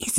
Is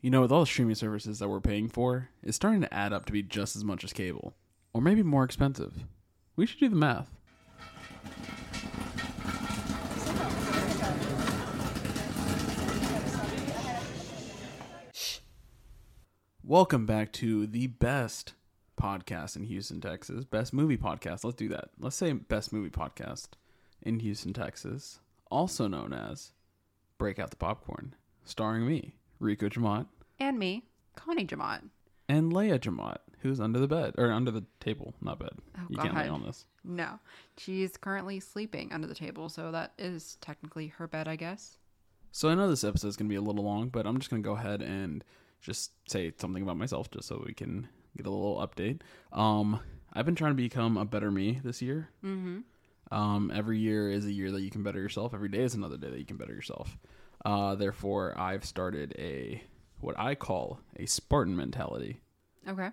You know, with all the streaming services that we're paying for, it's starting to add up to be just as much as cable, or maybe more expensive. We should do the math. Welcome back to the best podcast in Houston, Texas. Best movie podcast. Let's do that. Let's say best movie podcast in Houston, Texas, also known as Break Out the Popcorn, starring me, Rico Jamont, And me, Connie Jamont. and Leia Jamont, who's under the bed or under the table, not bed. Oh, you can't lay God. on this. No, she's currently sleeping under the table, so that is technically her bed, I guess. So I know this episode is going to be a little long, but I'm just going to go ahead and just say something about myself just so we can get a little update. Um, I've been trying to become a better me this year. Mm-hmm. Um, every year is a year that you can better yourself. Every day is another day that you can better yourself. Uh, therefore, I've started a what I call a Spartan mentality. Okay.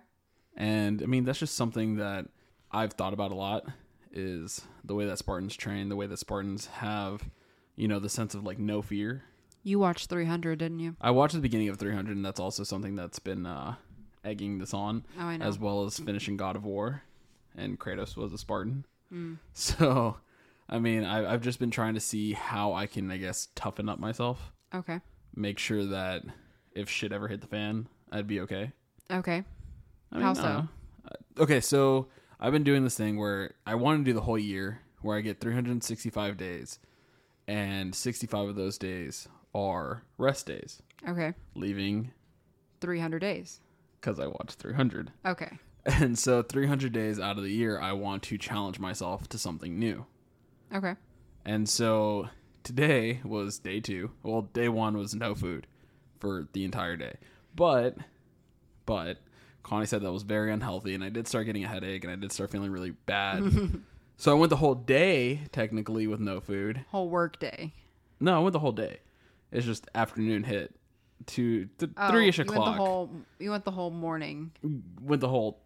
And I mean, that's just something that I've thought about a lot is the way that Spartans train, the way that Spartans have, you know, the sense of like no fear. You watched 300, didn't you? I watched the beginning of 300, and that's also something that's been uh, egging this on, Oh, I know. as well as finishing God of War, and Kratos was a Spartan. Hmm. So, I mean, I, I've just been trying to see how I can, I guess, toughen up myself, Okay. make sure that if shit ever hit the fan, I'd be okay. Okay. I mean, How I so? don't know. Uh, Okay, so I've been doing this thing where I want to do the whole year where I get 365 days, and 65 of those days are rest days, Okay. leaving 300 days. because I watched 300. Okay. And so 300 days out of the year, I want to challenge myself to something new. Okay. And so today was day two. Well, day one was no food for the entire day. But, but Connie said that was very unhealthy, and I did start getting a headache, and I did start feeling really bad. so I went the whole day technically with no food. Whole work day. No, I went the whole day. It's just afternoon hit to th- Oh, three ish you o'clock. Went the whole, you went the whole morning. went the whole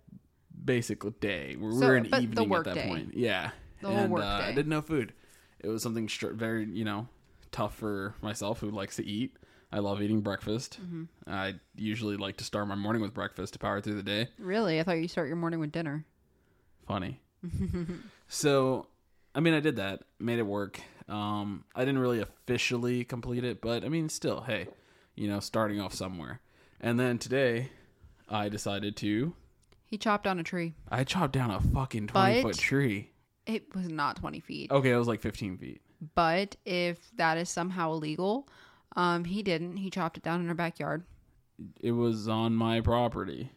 basic day. We're, So, we're in but the evening work at that day. point. Yeah, The whole work uh, I day. did no food. It was something str- very you know tough for myself who likes to eat. I love eating breakfast. Mm-hmm. I usually like to start my morning with breakfast to power through the day. Really? I thought you start your morning with dinner. Funny. so, I mean, I did that, made it work. Um, I didn't really officially complete it, but I mean, still, hey, you know, starting off somewhere. And then today, I decided to He chopped down a tree. I chopped down a fucking 20 But- foot tree. It was not 20 feet. Okay, it was like 15 feet. But if that is somehow illegal, um, he didn't. He chopped it down in our backyard. It was on my property.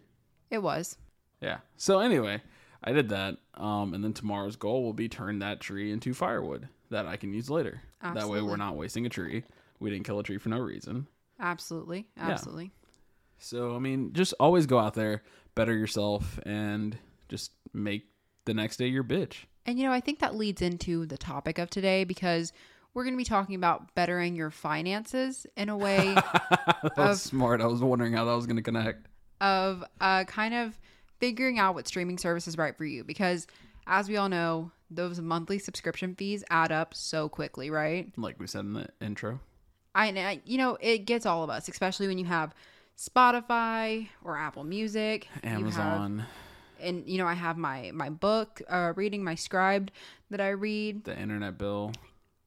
It was. Yeah. So anyway, I did that. Um, and then tomorrow's goal will be turn that tree into firewood that I can use later. That way we're Absolutely. not wasting a tree. We didn't kill a tree for no reason. Absolutely. Absolutely. So I mean, just always go out there, better yourself, and just make the next day your bitch. And you know, I think that leads into the topic of today because we're going to be talking about bettering your finances in a way That was smart. I was wondering how that was gonna connect. of uh, kind of figuring out what streaming service is right for you because as we all know, those monthly subscription fees add up so quickly, right? Like we said in the intro. I, and I you know, it gets all of us, especially when you have Spotify or Apple Music, you have- Amazon, and you know, I have my my book, uh, reading my scribed that I read. the internet bill.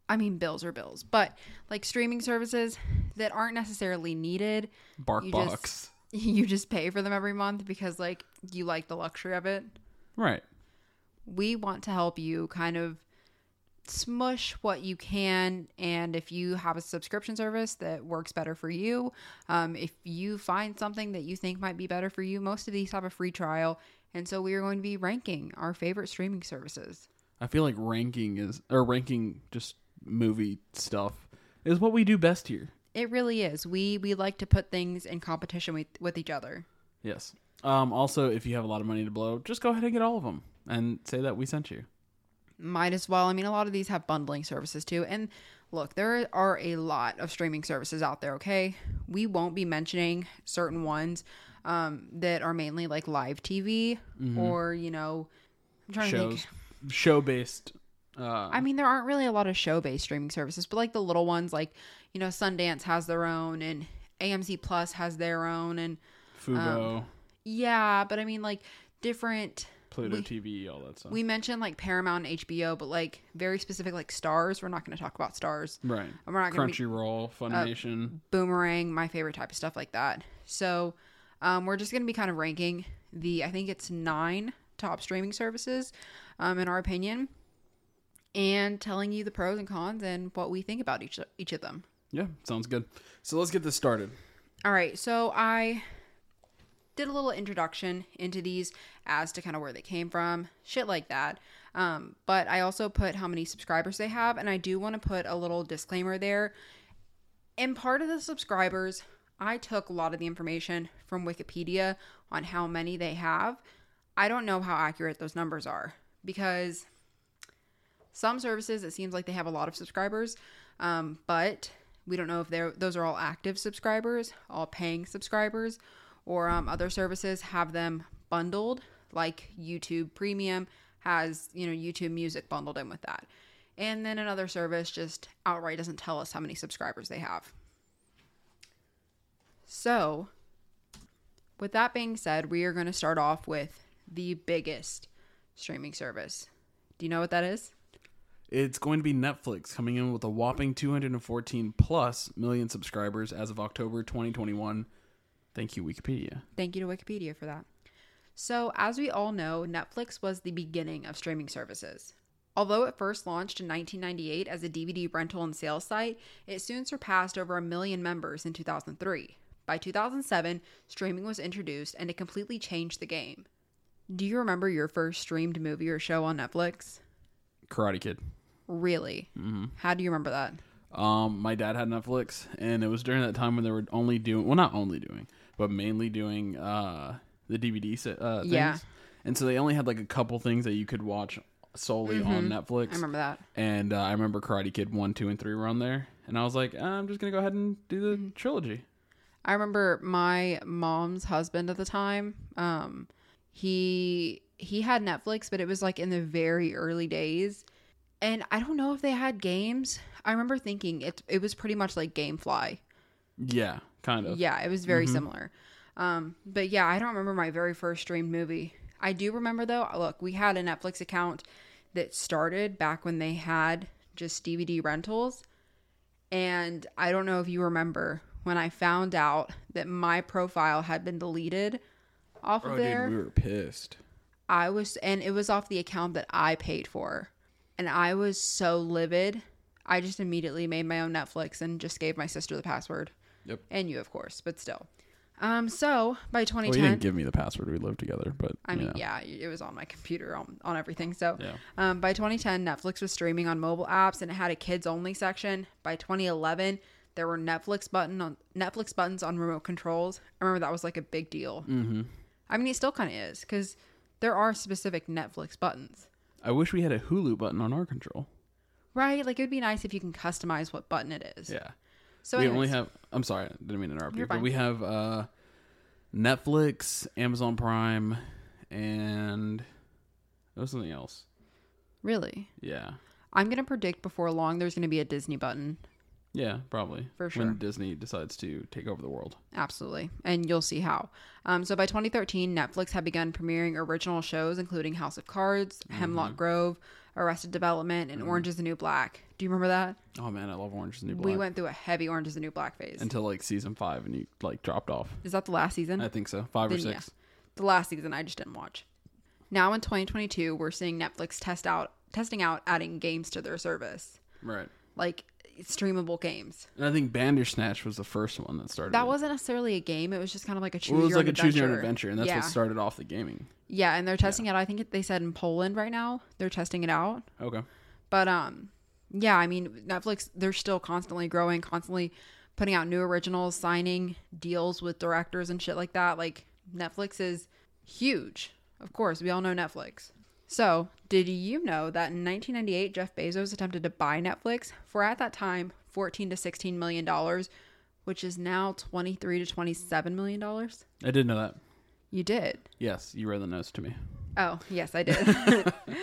I mean, bills are bills, but like streaming services that aren't necessarily needed, You just- Barkbox. you just pay for them every month because like you like the luxury of it. Right. We want to help you kind of smush what you can. And if you have a subscription service that works better for you, um, if you find something that you think might be better for you, most of these have a free trial. And so we are going to be ranking our favorite streaming services. I feel like ranking is or ranking just movie stuff is what we do best here. It really is. We we like to put things in competition with with each other. Yes. Um, also, if you have a lot of money to blow, just go ahead and get all of them and say that we sent you. Might as well. I mean, a lot of these have bundling services too. And look, there are a lot of streaming services out there, okay? We won't be mentioning certain ones um, that are mainly like live TV or, you know, I'm trying to Shows, think. show based. Uh, I mean, there aren't really a lot of show based streaming services, but like the little ones, like, you know, Sundance has their own and AMC Plus has their own. And Fubo, Um, yeah, but I mean, like, different. Pluto we- TV, all that stuff. We mentioned like Paramount and HBO, but like very specific, like stars. We're not going to talk about stars. right. we're not gonna be- Crunchyroll, Funimation. boomerang my favorite type of stuff like that so um, we're just going to be kind of ranking the i think it's nine top streaming services um, in our opinion and telling you the pros and cons and what we think about each each of them yeah, sounds good. So let's get this started. all right so i did a little introduction into these as to kind of where they came from shit like that um, but i also put how many subscribers they have and i do want to put a little disclaimer there And part of the subscribers, I took a lot of the information from Wikipedia on how many they have. I don't know how accurate those numbers are because some services it seems like they have a lot of subscribers, um, but we don't know if they're those are all active subscribers, all paying subscribers, or um, other services have them bundled, like YouTube Premium has you know YouTube Music bundled in with that. And then another service just outright doesn't tell us how many subscribers they have. So, with that being said, we are going to start off with the biggest streaming service. Do you know what that is? It's going to be Netflix coming in with a whopping 214 plus million subscribers as of October 2021. Thank you, Wikipedia. Thank you to Wikipedia for that. So, as we all know, Netflix was the beginning of streaming services. Although it first launched in 1998 as a DVD rental and sale site, it soon surpassed over a million members in 2003. By 2007, streaming was introduced and it completely changed the game. Do you remember your first streamed movie or show on Netflix? Karate Kid. Really? Mm-hmm. How do you remember that? Um, my dad had Netflix, and it was during that time when they were only doing well, not only doing, but mainly doing uh the DVD set uh, things. Yeah. And so they only had like a couple things that you could watch solely on Netflix. Mm-hmm. I remember that. And uh, I remember Karate Kid one, two, and three were on there, and I was like, "Uh, I'm just gonna go ahead and do the Mm-hmm. trilogy. I remember my mom's husband at the time. Um, he he had Netflix, but it was like in the very early days, and I don't know if they had games. I remember thinking it it was pretty much like GameFly. Yeah, kind of. Mm-hmm. Yeah, it was very similar. Um, but yeah, I don't remember my very first streamed movie. I do remember though. Look, we had a Netflix account that started back when they had just DVD rentals, and I don't know if you remember when I found out that my profile had been deleted off Oh, of there. dude, we were pissed. I was, and it was off the account that I paid for. And I was so livid. I just immediately made my own Netflix and just gave my sister the password. Yep. And you, of course, but still. Um, so by Well, 2010, you didn't give me the password. We lived together, but I mean, yeah. yeah, it was on my computer on, on everything. So, Yeah. um, by 2010, Netflix was streaming on mobile apps and it had a kids only section. By 2011, there were Netflix button on Netflix buttons on remote controls. I remember that was like a big deal. Mm-hmm. I mean, it still kind of is because there are specific Netflix buttons, I wish we had a Hulu button on our control. right? Like it would be nice if you can customize what button it is. Yeah. So we anyways, only have. I'm sorry, I didn't mean to interrupt you, You're but fine. we have uh, Netflix, Amazon Prime, and there was something else. really, Yeah, I'm gonna predict before long there's gonna be a Disney button. yeah, probably For sure. When Disney decides to take over the world, Absolutely. And you'll see how. Um, so by 2013, Netflix had begun premiering original shows, including House of Cards, Hemlock Grove, Arrested Development, and Orange is the New Black. Do you remember that? oh man, I love Orange is the New Black. We went through a heavy Orange is the New Black phase. until like season five, and you like dropped off. is that the last season? I think so, five or Then, yeah. six. The last season I just didn't watch. Now in 2022, we're seeing Netflix test out testing out adding games to their service, Right, like streamable games. and I think Bandersnatch was the first one that started. That it. wasn't necessarily a game; it was just kind of like a choose Well, it was your like a own adventure. choose your own adventure, and that's yeah. what started off the gaming. Yeah, and they're testing it. I think it, they said in Poland right now they're testing it out. Okay, But um, yeah, I mean Netflix, they're still constantly growing, constantly putting out new originals, signing deals with directors and shit like that. Like Netflix is huge. Of course, we all know Netflix. So, did you know that in 1998 Jeff Bezos attempted to buy Netflix for at that time 14 to 16 million dollars, which is now 23 to 27 million dollars? I did know that. You did. Yes, you read the notes to me. Oh, yes, I did.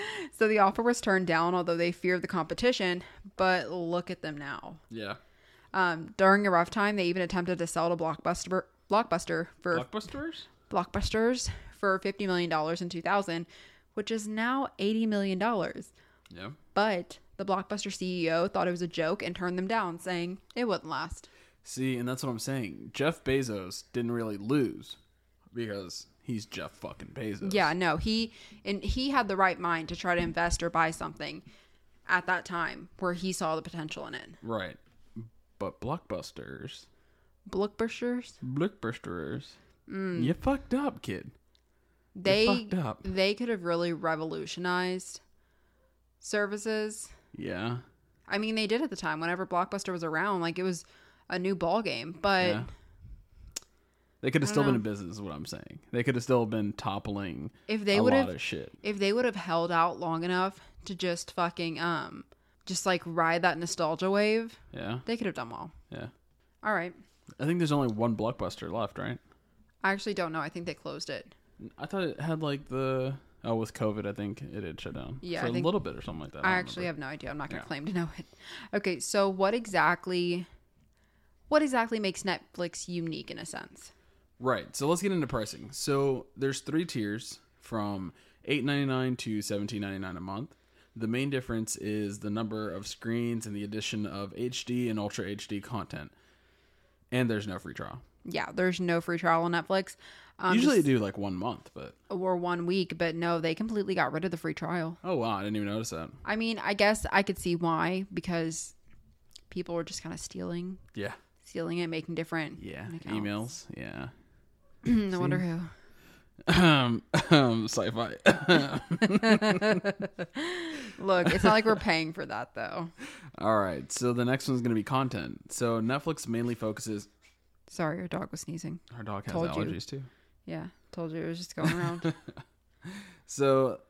so the offer was turned down, although they feared the competition. But look at them now. Yeah. Um, during a rough time, they even attempted to sell to Blockbuster, Blockbuster for Blockbusters? Blockbusters for fifty million dollars in two thousand, which is now eighty million dollars. Yeah. But the Blockbuster CEO thought it was a joke and turned them down, saying it wouldn't last. See, and that's what I'm saying. Jeff Bezos didn't really lose because he's Jeff fucking Bezos. Yeah, no, he and he had the right mind to try to invest or buy something at that time where he saw the potential in it. Right. But Blockbusters, Blockbusters, Blockbusters, Mm. you fucked up, kid. they fucked up. they could have really revolutionized services. Yeah. I mean, they did at the time. Whenever Blockbuster was around, like it was a new ball game. But Yeah. They could have still been in business, is what I'm saying. They could have still been toppling if they a would lot have, of shit. if they would have held out long enough to just fucking um, just like ride that nostalgia wave, Yeah. they could have done well. Yeah. All right, I think there's only one Blockbuster left, right? I actually don't know. I think they closed it. I thought it had like the. Oh, with COVID, I think it had shut down. Yeah, For I a think- little bit or something like that. I don't actually remember. have no idea. I'm not going to Yeah. claim to know it. Okay, so what exactly, what exactly makes Netflix unique in a sense? Right. So let's get into pricing. So there's three tiers from eight ninety nine to seventeen ninety nine a month. The main difference is the number of screens and the addition of HD and Ultra HD content. And there's no free trial. Yeah, there's no free trial on Netflix. Um, Usually they do like one month, but or one week, but no, they completely got rid of the free trial. oh wow, I didn't even notice that. I mean, I guess I could see why because people were just kind of stealing, Yeah. stealing it, making different Yeah. accounts. Emails. Yeah. I wonder who. um, sci-fi. Look, it's not like we're paying for that though. All right. So the next one's going to be content. So Netflix mainly focuses. Sorry, your dog was sneezing. Our dog has Told you. allergies too. Yeah, told you it was just going around. So,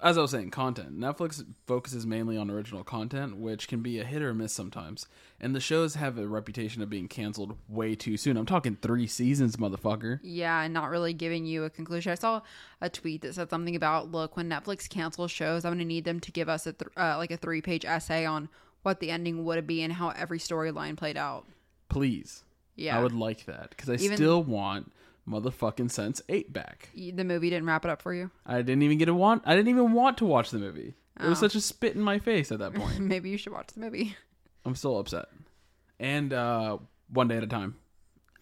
as I was saying, content. Netflix focuses mainly on original content, which can be a hit or miss sometimes. And the shows have a reputation of being canceled way too soon. I'm talking three seasons, motherfucker. yeah, and not really giving you a conclusion. I saw a tweet that said something about, look, when Netflix cancels shows, I'm going to need them to give us a th- uh, like a three page essay on what the ending would be and how every storyline played out. Please. Yeah, I would like that because I Even- still want motherfucking Sense 8 back. Y- the movie didn't wrap it up for you. I didn't even get to want I didn't even want to watch the movie. It Oh. was such a spit in my face at that point. Maybe you should watch the movie. I'm still upset. And uh one day at a time.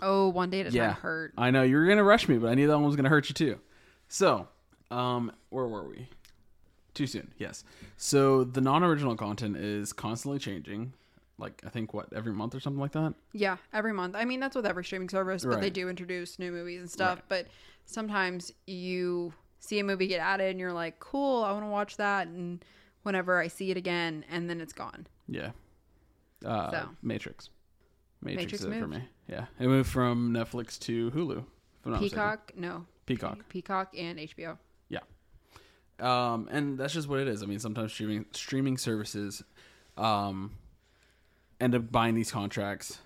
Oh, one day at a time yeah. hurt. I know you were gonna rush me, but I knew that one was gonna hurt you too. So, um, where were we? Too soon. Yes. So the non-original content is constantly changing. Like I think what every month or something like that. Yeah, every month. I mean, that's with every streaming service, but they Right. do introduce new movies and stuff. But sometimes you see a movie get added and you're like, cool, I want to watch that. And whenever I see it again, and then it's gone. Yeah. Uh, So. Matrix. Matrix, Matrix did it for moved. me. Yeah, it moved from Netflix to Hulu. if I'm not mistaken. Peacock, no. Peacock. Peacock and HBO. Yeah. Um, and that's just what it is. I mean, sometimes streaming streaming services um, end up buying these contracts,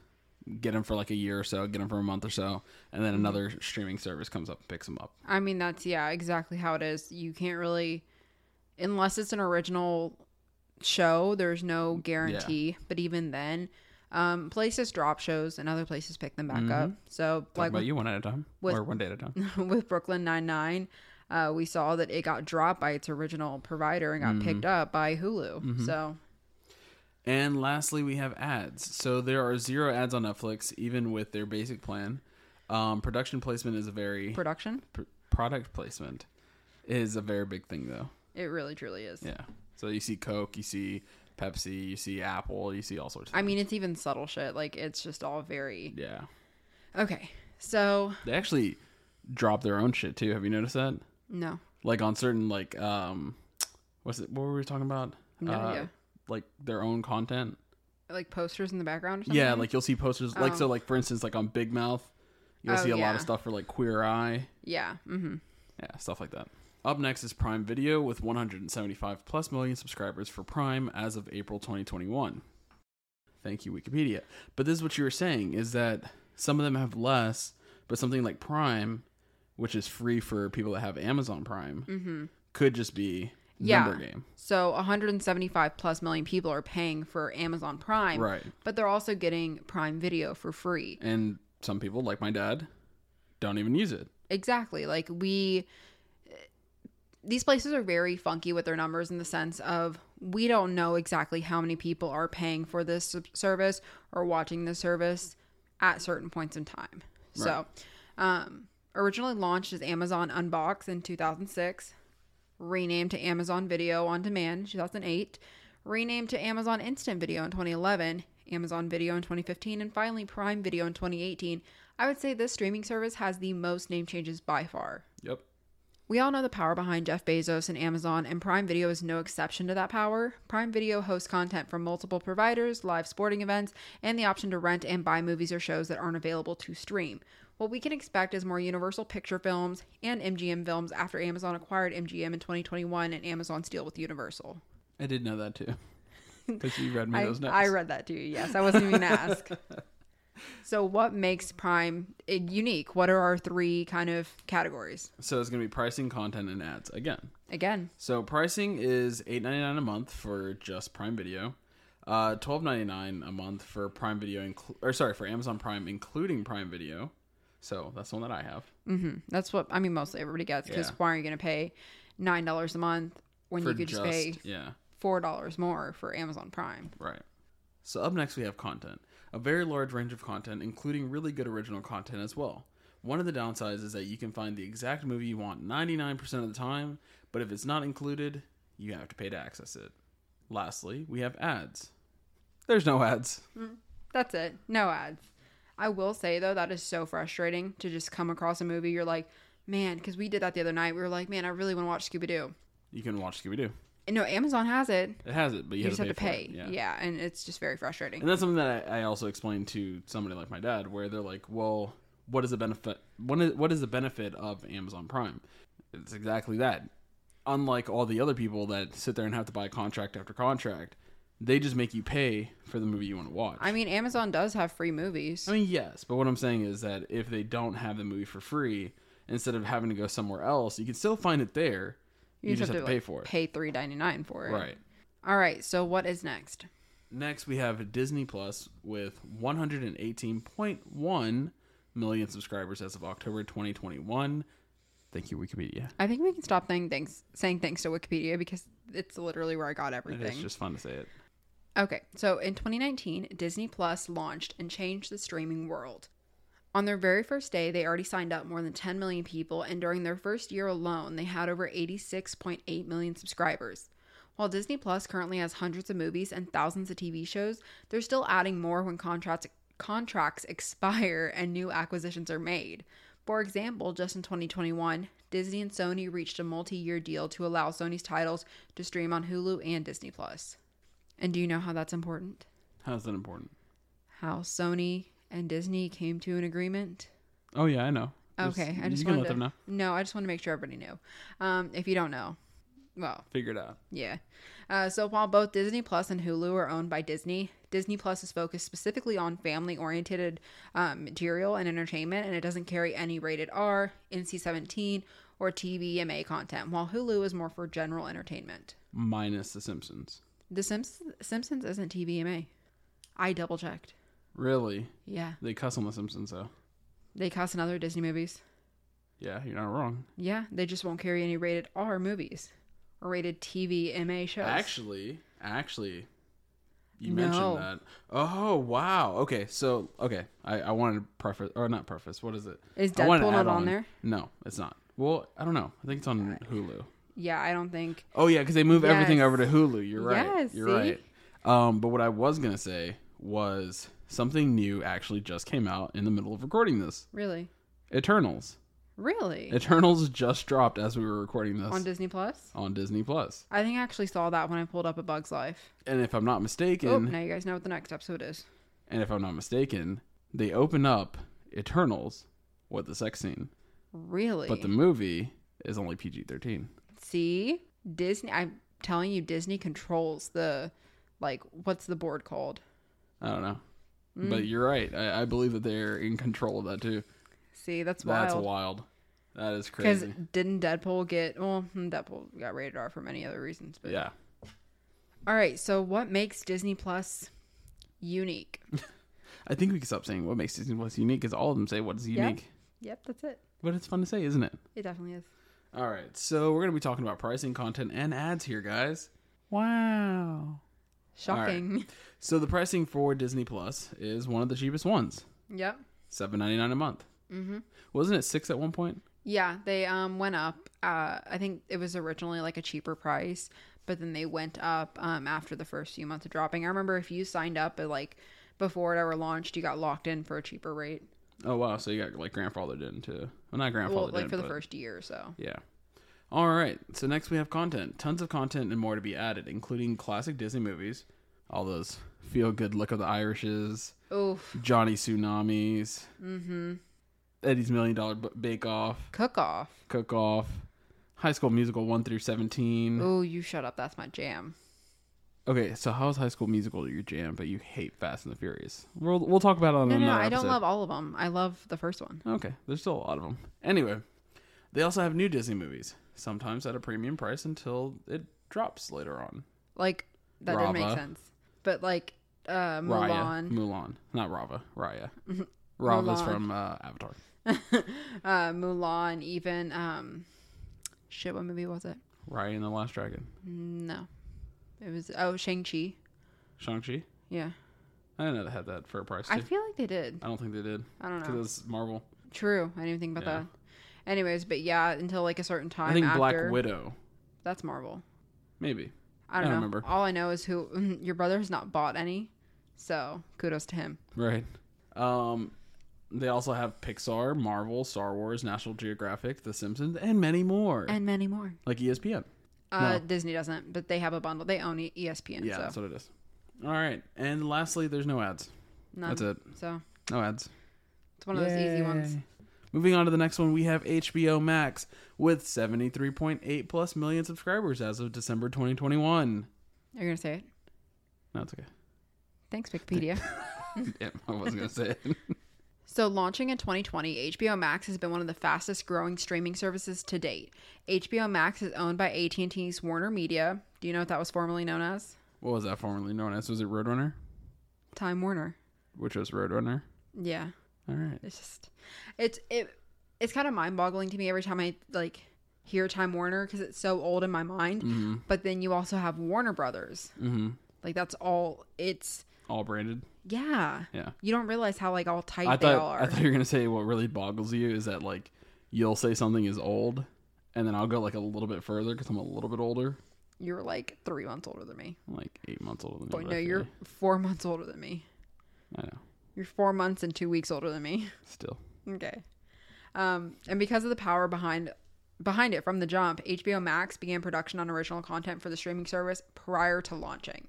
get them for like a year or so, get them for a month or so, and then another streaming service comes up and picks them up. I mean, that's, yeah, exactly how it is. You can't really, unless it's an original show, there's no guarantee. But even then, um, places drop shows and other places pick them back up. So, Mm-hmm. Talk like, about you one at a time, with- or one day at a time. with Brooklyn Nine Nine, uh, we saw that it got dropped by its original provider and got Mm-hmm. picked up by Hulu. So and lastly, we have ads. So there are zero ads on Netflix, even with their basic plan. Um, production placement is a very production, pr- product placement is a very big thing, though. it really truly is. Yeah. So you see Coke, you see Pepsi, you see Apple, you see all sorts of I mean, it's even subtle shit. Like it's just all very Yeah. okay. So They actually drop their own shit too. Have you noticed that? no, Like on certain like um what's it what were we talking about? No idea. Like their own content. like posters in the background or something? Yeah, like you'll see posters like so like for instance like on Big Mouth, you'll um, Oh, see a lot yeah. of stuff for like Queer Eye, Yeah. Mm-hmm. yeah, stuff like that. Up next is Prime Video with 175 plus million subscribers for Prime as of April 2021. Thank you Wikipedia. But this is what you were saying is that some of them have less, but something like Prime, which is free for people that have Amazon Prime, could just be Mm-hmm. Yeah. number game. So 175 plus million people are paying for Amazon Prime. Right. But they're also getting Prime Video for free. And some people like my dad don't even use it. Exactly. Like we these places are very funky with their numbers in the sense of we don't know exactly how many people are paying for this sub- service or watching this service at certain points in time. So, um originally launched as Amazon Unbox in 2006, renamed to Amazon Video on Demand in 2008, renamed to Amazon Instant Video in 2011, Amazon Video in 2015, and finally Prime Video in 2018. I would say this streaming service has the most name changes by far. Yep. We all know the power behind Jeff Bezos and Amazon, and Prime Video is no exception to that power. Prime Video hosts content from multiple providers, live sporting events, and the option to rent and buy movies or shows that aren't available to stream. What we can expect is more Universal Picture Films and MGM films after Amazon acquired MGM in 2021 and Amazon's deal with Universal. I did know that too. Because you read me I, those notes. I read that to you. Yes, I wasn't even gonna ask. So, what makes Prime eh, unique? What are our three kind of categories? So it's going to be pricing, content, and ads again. Again, So pricing is eight ninety nine a month for just Prime Video, uh, twelve ninety nine a month for Prime Video, inclu- or sorry, for Amazon Prime including Prime Video. So that's the one that I have That's what I mean. Mostly everybody gets because Yeah. why are you going to pay nine dollars a month when for you could just, pay yeah, four dollars more for Amazon Prime? Right. So up next we have content. A very large range of content, including really good original content as well. One of the downsides is that you can find the exact movie you want 99% of the time, but if it's not included, you have to pay to access it. Lastly, we have ads. There's no ads. That's it. No ads. I will say though that is so frustrating to just come across a movie. You're like, man, because we did that the other night. We were like, man, I really want to watch Scooby Doo. You can watch Scooby Doo. And no, Amazon has it. It has it, but you, You, just have to pay. for it. Yeah. and it's just very frustrating. And that's something that I, I also explained to somebody like my dad, where they're like, "Well, what is the benefit? What is, what is the benefit of Amazon Prime?" It's exactly that. Unlike all the other people that sit there and have to buy contract after contract, they just make you pay for the movie you want to watch. I mean, Amazon does have free movies. I mean, yes, but what I'm saying is that if they don't have the movie for free, instead of having to go somewhere else, you can still find it there. You, just, have to, pay like, for it, Pay three ninety nine for it. right? All right. So what is next? Next, we have Disney Plus with 118.1 million subscribers as of October 2021. Thank you, Wikipedia. I think we can stop saying thanks, saying thanks to Wikipedia because it's literally where I got It everything. is just fun to say it. Okay, so in 2019, Disney Plus launched and changed the streaming world. On their very first day, they already signed up more than 10 million people, and during their first year alone, they had over 86.8 million subscribers. While Disney Plus currently has hundreds of movies and thousands of TV shows, they're still adding more when contracts contracts expire and new acquisitions are made. For example, just in 2021, Disney and Sony reached a multi-year deal to allow Sony's titles to stream on Hulu and Disney Plus. And do you know how that's important? How's that important? How Sony and Disney came to an agreement? Oh, yeah, I know. Just- okay, I just you can let wanted to, them know. No, I just want to make sure everybody knew. Um, if you don't know, well, Figure it out. yeah. Uh, so while both Disney Plus and Hulu are owned by Disney, Disney Plus is focused specifically on family-oriented um, material and entertainment, and it doesn't carry any rated R, NC-17, or TVMA content. While Hulu is more for general entertainment. Minus The Simpsons. The Simpsons, Simpsons isn't TVMA. I double checked. Really? Yeah. They cuss on The Simpsons, though. They cuss in other Disney movies. Yeah, you're not wrong. Yeah, they just won't carry any rated R movies or rated TV MA shows. Actually, actually, you No. mentioned that. Oh wow. Okay, so okay, I, I wanted to preface or not preface. What is it? Is I wanted to Deadpool not add on there? No, it's not. Well, I don't know. I think it's on Hulu. yeah, I don't think. Oh yeah, because they move everything Yes. over to Hulu. You're right. Yes, You're see? right. Um, but what I was gonna say was something new actually just came out in the middle of recording this. Really? Eternals. Really? Eternals just dropped as we were recording this On Disney Plus? on Disney Plus. I think I actually saw that when I pulled up A Bug's Life. And if I'm not mistaken, Oh, now you guys know what the next episode is. and if I'm not mistaken, they open up Eternals with the sex scene, Really? but the movie is only PG-13. See? Disney I'm telling you Disney controls the like what's the board called? I don't know, but you're right. I, I believe that they're in control of that too. See, that's That's wild. wild. That is Because crazy. didn't Deadpool get well? hmm, Deadpool got rated R for many other reasons, but Yeah. All right, so what makes Disney Plus unique? I think we can stop saying what makes Disney Plus unique because all of them say what's unique. yep, that's it. But it's fun to say, isn't it? It definitely is. All right, so we're going to be talking about pricing, content, and ads here, guys. Wow. Shocking. So the pricing for Disney Plus is one of the cheapest ones, yep. seven ninety nine a month. Mm-hmm. Wasn't it six at one point? Yeah, they um went up. Uh, I think it was originally like a cheaper price, but then they went up um after the first few months of dropping. I remember if you signed up at like before it ever launched, you got locked in for a cheaper rate. Oh wow, so you got like grandfathered into well, not grandfathered Well, like in, for the but- first year or so. Yeah. All right. So next we have content. Tons of content and more to be added, including classic Disney movies, all those feel good look of the Irishes, Oof. Johnny Tsunamis, mm-hmm. Eddie's Million Dollar B- Bake Off, Cook off. Cook Off, High School Musical one through seventeen. Oh, you shut up. That's my jam. Okay, so how's High School Musical your jam, but you hate Fast and the Furious? We'll we'll talk about it on No, no, another I episode. don't love all of them. I love the first one. Okay, there's still a lot of them. Anyway, they also have new Disney movies, sometimes at a premium price until it drops later on. Like that Rava. didn't make sense. But like uh Raya, Mulan, Mulan, not Rava, Raya. Rava's Mulan. from uh, Avatar. uh Mulan, even um shit, what movie was it? Raya and the Last Dragon. No. It was oh Shang-Chi. Shang Chi. Yeah. I didn't know they had that for a price. Too. I I feel like they did. I don't think they did. I don't 'Cause know. it's Marvel. True. I didn't even think about Yeah. that. Anyways, but yeah, until like a certain time I think after Black Widow. that's Marvel. Maybe. I I don't, know. don't remember. All I know is who your brother has not bought any. So kudos to him. Right. Um, they also have Pixar, Marvel, Star Wars, National Geographic, The Simpsons, and many more. And many more. like E ESPN. Uh, Disney doesn't, but they have a bundle. They own E ESPN. Yeah, that's so what it is. All right. And lastly, there's no ads. none. That's it. So No ads. it's one of those easy ones. Yay. Moving on to the next one, we have HBO Max with 73.8 plus million subscribers as of December 2021. Are you gonna say it? No, it's okay. Thanks, Wikipedia. Damn, I wasn't going to say it. so, launching in 2020, HBO Max has been one of the fastest growing streaming services to date. HBO Max is owned by AT&T's Warner Media. Do you know what that was formerly known as? what was that formerly known as? Was it Roadrunner? Time Warner. Which was Roadrunner? Yeah, All right. it's just it's it it's kind of mind-boggling to me every time I like hear Time Warner because it's so old in my mind. But then you also have Warner Brothers. Mm-hmm. Like that's all. It's All branded. yeah. Yeah. You don't realize how like all tight I they thought all are. I thought you were gonna say what really boggles you is that like you'll say something is old, and then I'll go like a little bit further because I'm a little bit older, You're like three months older than me. I'm, like eight months older than you. But but Oh, no, I feel you're you. four months older than me. I know. You're four months and two weeks older than me. Still, okay. Um, and because of the power behind behind it from the jump, HBO Max began production on original content for the streaming service prior to launching.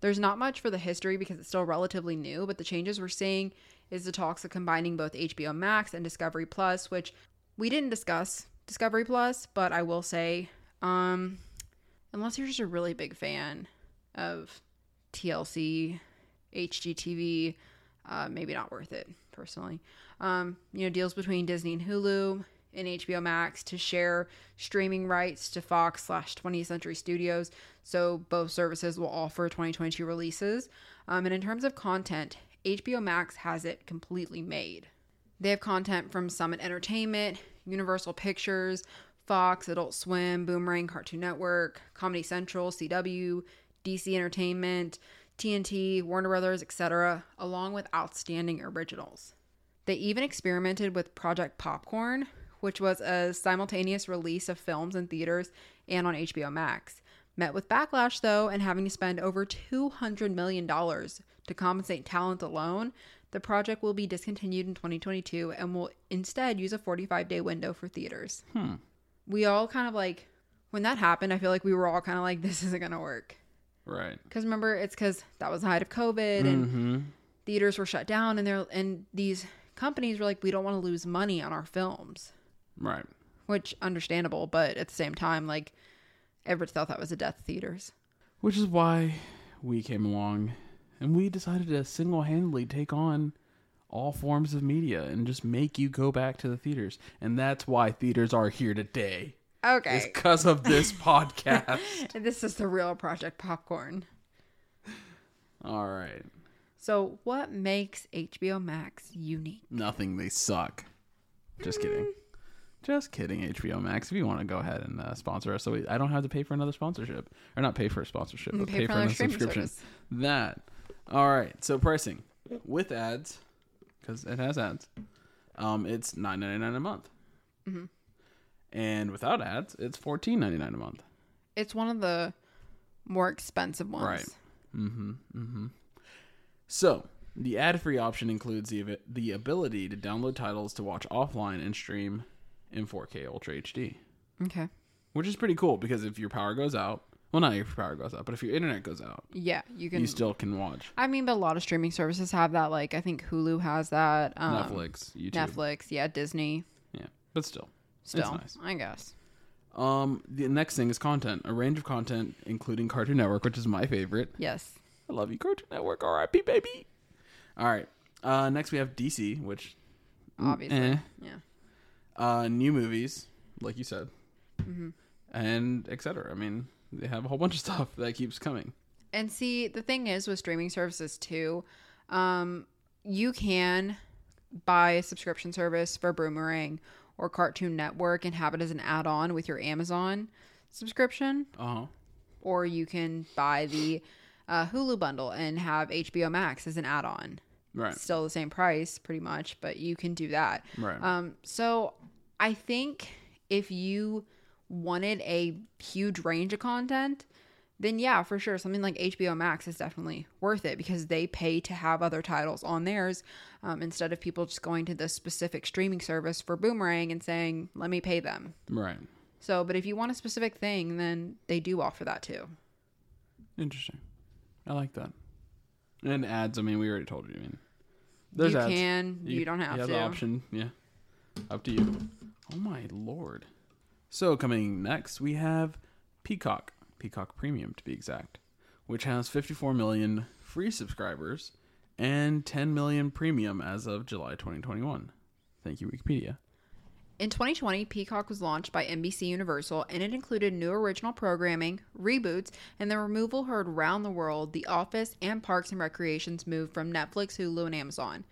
There's not much for the history because it's still relatively new, but the changes we're seeing is the talks of combining both HBO Max and Discovery Plus, which we didn't discuss Discovery Plus, but I will say, um, unless you're just a really big fan of TLC, HGTV, uh, maybe not worth it personally. Um, you know, deals between Disney and Hulu and HBO Max to share streaming rights to Fox slash 20th Century Studios. So both services will offer 2022 releases. Um, and in terms of content, HBO Max has it completely made. They have content from Summit Entertainment, Universal Pictures, Fox, Adult Swim, Boomerang, Cartoon Network, Comedy Central, CW, DC Entertainment, TNT, Warner Brothers, etc., along with outstanding originals. They even experimented with Project Popcorn, which was a simultaneous release of films in theaters and on HBO Max. Met with backlash though, and having to spend over $200 million to compensate talent alone, The project will be discontinued in 2022 and will instead use a 45 day window for theaters. Hmm. We all kind of like, when that happened, I feel like we were all kind of like, this isn't going to work. Right. Because remember, it's because that was the height of COVID and Mm-hmm. theaters were shut down and they're, and these companies were like, we don't want to lose money on our films, Right. which understandable, but at the same time, like, Edwards thought that was a death theaters. Which is why we came along and we decided to single handedly take on all forms of media and just make you go back to the theaters. And that's why theaters are here today. Okay. It's because of this podcast. This is the real Project Popcorn. All right. So, what makes HBO Max unique? Nothing. They suck. Just Mm. kidding. Just kidding, HBO Max. If you want to go ahead and uh, sponsor us, so we, I don't have to pay for another sponsorship, or not pay for a sponsorship, but Mm, pay pay, for, for another another streaming subscription. service. That. All right. So pricing with ads, because it has ads. Um, it's nine ninety nine a month. Mm-hmm. And without ads, it's fourteen ninety nine a month. It's one of the more expensive ones. Right. So, the ad-free option includes the avi- the ability to download titles to watch offline and stream in 4K Ultra HD, Okay. which is pretty cool because if your power goes out, well, not if your power goes out, but if your internet goes out, Yeah, you can. you still can watch I mean, but a lot of streaming services have that. Like, I think Hulu has that. Um, Netflix, YouTube, Netflix. Yeah, Disney. yeah, but still, Still, it's nice. I guess. Um, the next thing is content, a range of content including Cartoon Network, which is my favorite. Yes. I love you, Cartoon Network. R.I.P. baby. All right. Uh, next we have DC, which Obviously. eh. Yeah. uh, new movies, like you said, Mm-hmm. and etc. I mean, they have a whole bunch of stuff that keeps coming. And see, the thing is with streaming services too, um, you can buy a subscription service for Boomerang or Cartoon Network and have it as an add-on with your Amazon subscription, Uh huh. or you can buy the uh, Hulu bundle and have HBO Max as an add-on. Right. Still the same price, pretty much, but you can do that. Right. Um, so I think if you wanted a huge range of content, then yeah, for sure, something like HBO Max is definitely worth it because they pay to have other titles on theirs um, instead of people just going to the specific streaming service for Boomerang and saying, "Let me pay them." right. So, but if you want a specific thing, then they do offer that too. Interesting. I like that. And ads. I mean, we already told you. I mean, there's you ads. can, you, don't have you to. the option. Yeah. Up to you. Oh my lord. So coming next, we have Peacock, Peacock Premium to be exact, which has 54 million free subscribers and 10 million premium as of July 2021. Thank you Wikipedia. In 2020, Peacock was launched by NBC Universal and it included new original programming, reboots, and the removal heard round the world, The Office, and Parks and Recreation's move from Netflix, Hulu, and Amazon.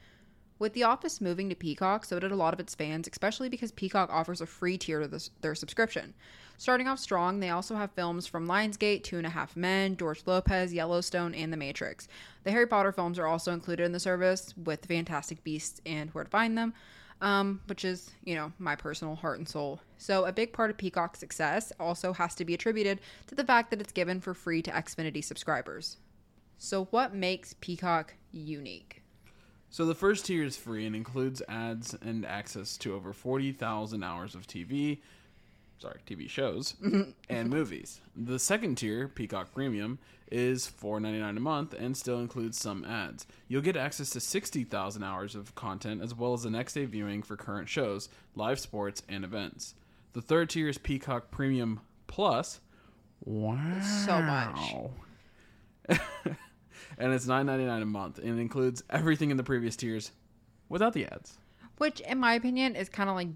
With The Office moving to Peacock, so did a lot of its fans, especially because Peacock offers a free tier to this, their subscription. Starting off strong, they also have films from Lionsgate, Two and a Half Men, George Lopez, Yellowstone, and The Matrix. The Harry Potter films are also included in the service, with Fantastic Beasts and Where to Find Them, um, which is, you know, my personal heart and soul. So, a big part of Peacock's success also has to be attributed to the fact that it's given for free to Xfinity subscribers. So, what makes Peacock unique? So the first tier is free and includes ads and access to over 40,000 hours of TV, sorry, TV shows and movies. The second tier, Peacock Premium, is $4.99 a month and still includes some ads. You'll get access to 60,000 hours of content as well as the next day viewing for current shows, live sports, and events. The third tier is Peacock Premium Plus. Wow. So much. and it's $9.99 a month and it includes everything in the previous tiers without the ads. which in my opinion is kind of like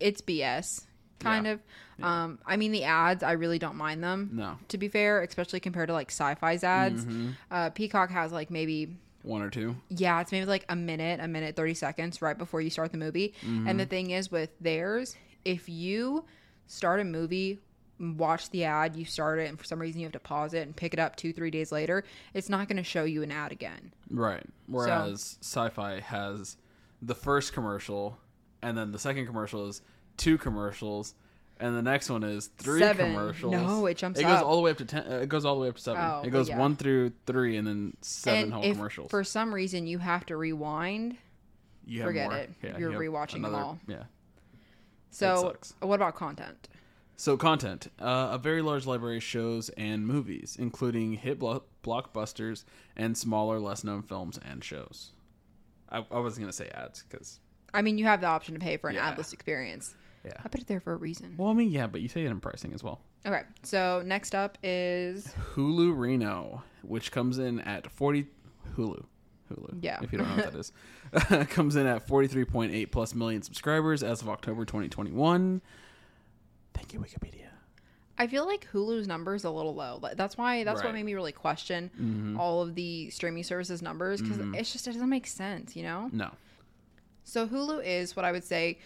it's bs kind Yeah. of um i mean the ads i really don't mind them No. Mm-hmm. to be fair especially compared to like sci-fi's ads uh peacock has like maybe One or two. yeah it's maybe like a minute a minute 30 seconds right before you start the movie Mm-hmm. and the thing is with theirs if you start a movie watch the ad you start it and for some reason you have to pause it and pick it up two three days later it's not going to show you an ad again Right. Whereas sci-fi has the first commercial and then the second commercial is two commercials And the next one is three Seven. commercials. No, it jumps It goes up. all the way up to ten. Uh, it goes all the way up to seven. Oh, it goes yeah. one through three, and then seven and whole if commercials. for some reason you have to rewind, you have forget more. it. Yeah, You're you have rewatching them all. Yeah. so sucks. what about content? So content, uh, a very large library of shows and movies, including hit blo- blockbusters and smaller, less known films and shows. I, I wasn't gonna say ads because I mean, you have the option to pay for an Yeah. adless experience. yeah. I put it there for a reason. Well, I mean, yeah, but you say it in pricing as well. Okay, so next up is Hulu Reno, which comes in at 40 Hulu. Hulu. Yeah. If you don't know what that is. comes in at 43.8 plus million subscribers as of October 2021. Thank you Wikipedia. I feel like Hulu's number is a little low. Like, That's why Right. that's Mm-hmm. what made me really question all of the streaming services numbers because it's just it doesn't make sense, you know. No. So Hulu is what I would say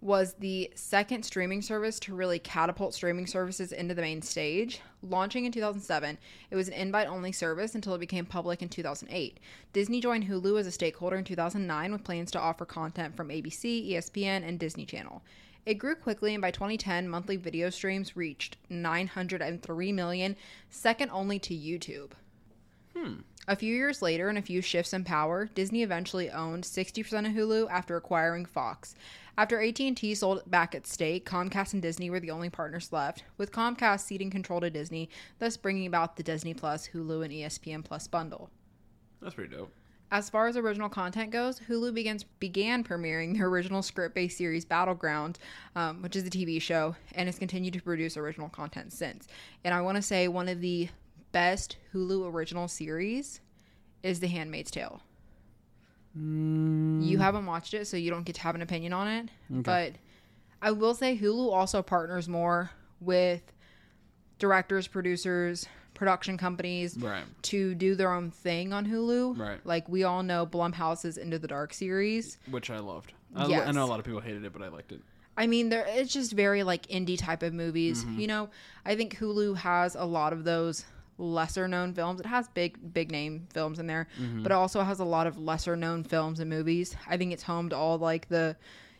was the second streaming service to really catapult streaming services into the main stage. Launching in 2007, it was an invite-only service until it became public in 2008. Disney joined Hulu as a stakeholder in 2009 with plans to offer content from ABC, ESPN, and Disney Channel. It grew quickly and by 2010, monthly video streams reached 903 million, second only to YouTube. A few years later, and a few shifts in power, Disney eventually owned 60% of Hulu after acquiring Fox. After AT&T sold back its stake, Comcast and Disney were the only partners left, with Comcast ceding control to Disney, thus bringing about the Disney Plus, Hulu, and E ESPN Plus bundle. That's pretty dope. As far as original content goes, Hulu begins began premiering their original script-based series Battleground, um, which is a TV show, and has continued to produce original content since. And I want to say one of the best Hulu original series is The Handmaid's Tale. You haven't watched it, so you don't get to have an opinion on it. But I will say Hulu also partners more with directors, producers, production companies Right. to do their own thing on Hulu. Right. Like we all know Blumhouse's Into the Dark series. Which I loved. I, lo- I Yes. know a lot of people hated it, but I liked it. I mean, there it's just very like indie type of movies. Mm-hmm. You know, I think Hulu has a lot of those lesser known films. It has big big name films in there, Mm-hmm. but it also has a lot of lesser known films and movies. I think it's home to all like the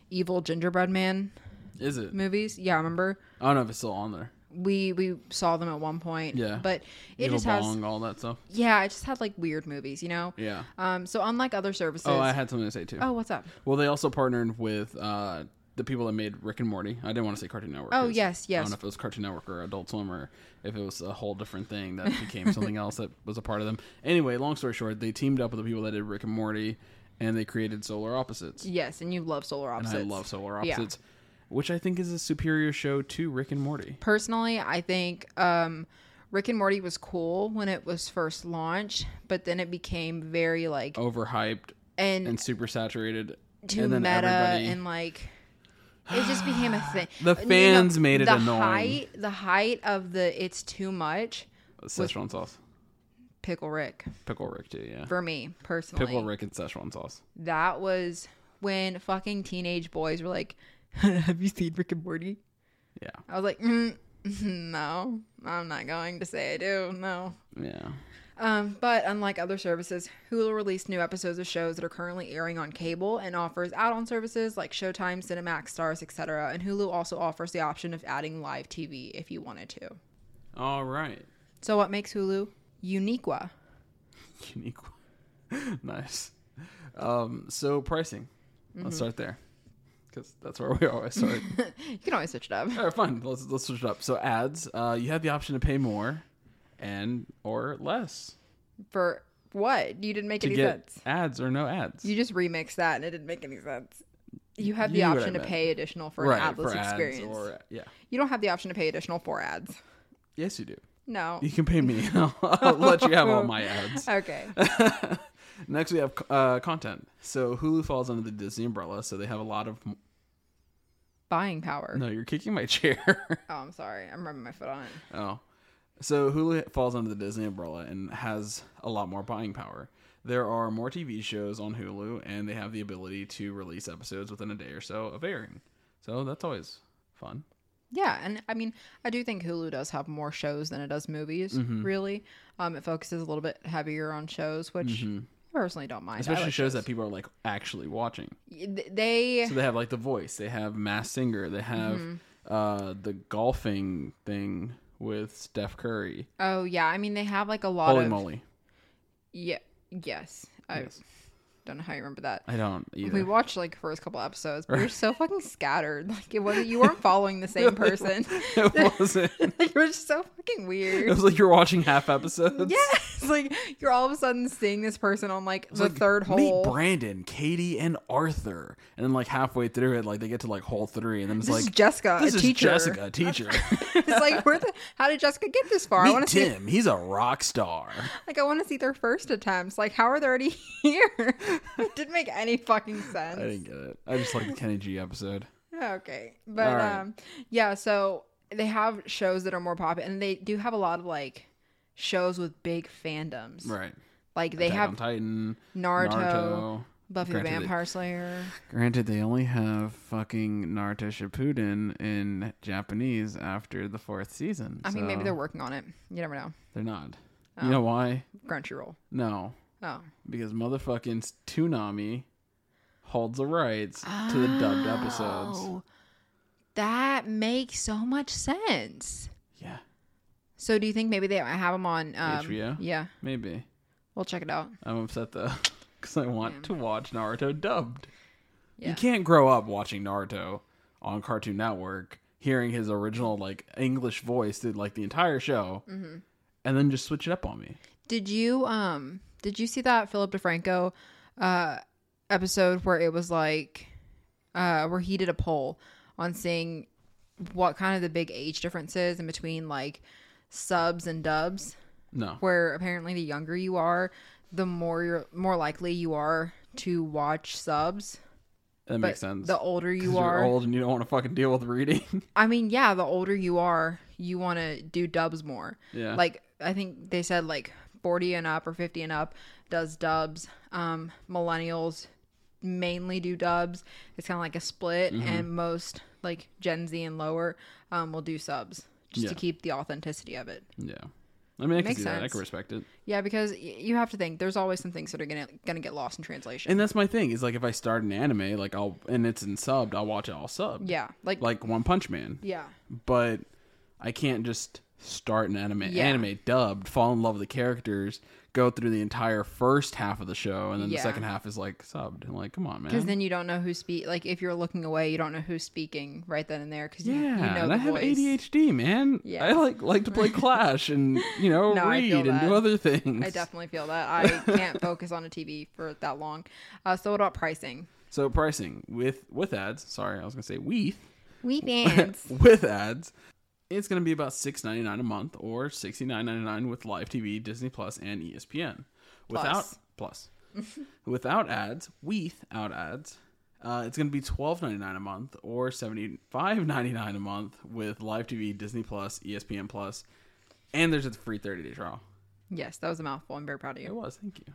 evil gingerbread man Is it? movies. Yeah, I remember I don't know if it's still on there. we we saw them at one point. Yeah. But it Evil just has Bong, all that stuff. yeah, it just had like weird movies, you know? Yeah. Um so unlike other services Oh, I had something to say too. Oh, what's up? Well, they also partnered with uh, the people that made Rick and Morty. I didn't want to say Cartoon Network. Oh, 'cause I yes, don't yes. know if it was Cartoon Network or Adult Swim or if it was a whole different thing that became something else that was a part of them. Anyway, long story short, they teamed up with the people that did Rick and Morty, and they created Solar Opposites. Yes, and you love Solar and Opposites. I love Solar Yeah. Opposites, which I think is a superior show to Rick and Morty. Personally, I think um Rick and Morty was cool when it was first launched, but then it became very like Overhyped and, Oh, and super saturated. too and then meta everybody, and like it just became a thing. The fans made it the annoying. Height, the height of the it's too much Szechuan sauce. pickle Rick Pickle Rick, too, yeah. for me personally. Pickle Rick and Szechuan sauce. That was when fucking teenage boys were like, "Have you seen Rick and Morty?" Yeah. I was like, mm, no, I'm not going to say I do. No. Yeah. Um, but unlike other services, Hulu released new episodes of shows that are currently airing on cable and offers add-on services like Showtime, Cinemax, Stars, etc. And Hulu also offers the option of adding live TV if you wanted to. All right. So what makes Hulu uniqua? unique one. nice. Um, so pricing. Mm-hmm. Let's start there. Because that's where we always start. You can always switch it up. All right, fine. Let's let's switch it up. So ads, uh, you have the option to pay more and or less For what? You didn't make to any get sense. ads or no ads. You just remixed that and it didn't make any sense. You have the You knew what I option to meant. pay additional for an adless experience. or yeah. You don't have the option to pay additional for ads. Yes, you do. No. You can pay me. I'll, I'll let you have all my ads. Okay. Next, we have uh, content. So Hulu falls under the Disney umbrella, so they have a lot of. Buying power. No, you're kicking my chair. Oh, I'm sorry. I'm rubbing my foot on it. Oh. So Hulu falls under the Disney umbrella and has a lot more buying power. There are more TV shows on Hulu, and they have the ability to release episodes within a day or so of airing. So that's always fun. Yeah, and I mean, I do think Hulu does have more shows than it does movies. Mm-hmm. Really, um, it focuses a little bit heavier on shows, which I personally don't mind. I Mm-hmm. Especially like shows that people are like actually watching. shows. Y- th- they Mm-hmm. So they have like The Voice, they have Mass Singer, they have uh, the golfing thing with Steph Curry. Oh yeah, I mean they have like a lot Holy of moly! yeah yes. I Yes. don't know how you remember that. I don't either. We watched like first couple episodes, but we were so fucking scattered. Like it wasn't you weren't following the same person. it wasn't. It like, it was just so fucking weird. was like you're watching half episodes. Yeah, it's like you're all of a sudden seeing this person on like the It's like, third hole. Meet Brandon, Katie, and Arthur, and then like halfway through it, like they get to like hole three, and then it's This like is Jessica, This a is teacher. Jessica, a teacher. it's like where the how did Jessica get this far? I Meet want to see Tim. He's a rock star. like I want to see their first attempts. Like how are they already here? it didn't make any fucking sense. I didn't get it. I just like the Kenny G episode. Okay. But All right. um yeah, so they have shows that are more popular and they do have a lot of like shows with big fandoms. Right. Like they Attack have on Titan, Naruto, Naruto. Granted, Buffy the they- Vampire Slayer. Granted, they only have fucking Naruto Shippuden in Japanese after the fourth season. I mean maybe Oh. so they're working on it. You never know. they're not. You know why? Crunchyroll. No, Oh. because motherfucking Toonami holds the rights to the dubbed episodes. Oh. That makes so much sense. Yeah, So do you think maybe they have them on um, HBO? Yeah. maybe. We'll check it out. I'm upset though because I want to watch Naruto dubbed. Yeah. You can't grow up watching Naruto on Cartoon Network, hearing his original like English voice through like the entire show, Mm-hmm. and then just switch it up on me. Did you um did you see that Philip DeFranco uh episode where it was like uh where he did a poll on seeing what kind of the big age differences in between like subs and dubs No, where apparently the younger you are the more you're more likely you are to watch subs that but makes sense. the older 'Cause you you're are old and you don't want to fucking deal with reading. I mean, yeah, the older you are, you want to do dubs more. Yeah. Like I think they said like 40 and up or 50 and up does dubs. Um millennials mainly do dubs. It's kind of like a split Mm-hmm. and most like Gen Z and lower um will do subs just to Yeah. keep the authenticity of it. yeah, I mean, I can Makes see that. I sense. can respect it. Yeah, because y- you have to think there's always some things that are going to going to get lost in translation. And that's my thing. Is like if I start an anime, like I'll and it's in subbed, I'll watch it all subbed. yeah. Like, like One Punch Man. yeah. but I can't just start an anime Yeah. anime dubbed, fall in love with the characters, go through the entire first half of the show, and then Yeah. the second half is like subbed. And like, come on, man. Because then you don't know who's speak. Like if you're looking away, you don't know who's speaking right then and there. Because yeah, you, you know and the I have voice. ADHD, man. Yeah. I like like to play Clash and you know No, I read feel and that. do other things. I definitely feel that. I can't focus on a TV for that long. Uh, so what about pricing? so pricing with with ads. Sorry, I was gonna say with We fans. with ads. It's gonna be about six ninety nine a month or sixty nine ninety nine with live TV, Disney Plus, and E ESPN. Without Plus. plus, without ads, without ads, uh, it's gonna be twelve ninety nine a month or seventy five ninety nine a month with live TV, Disney Plus, E ESPN Plus, and there's a free thirty day trial. yes, that was a mouthful. I'm very proud of It you. was thank you.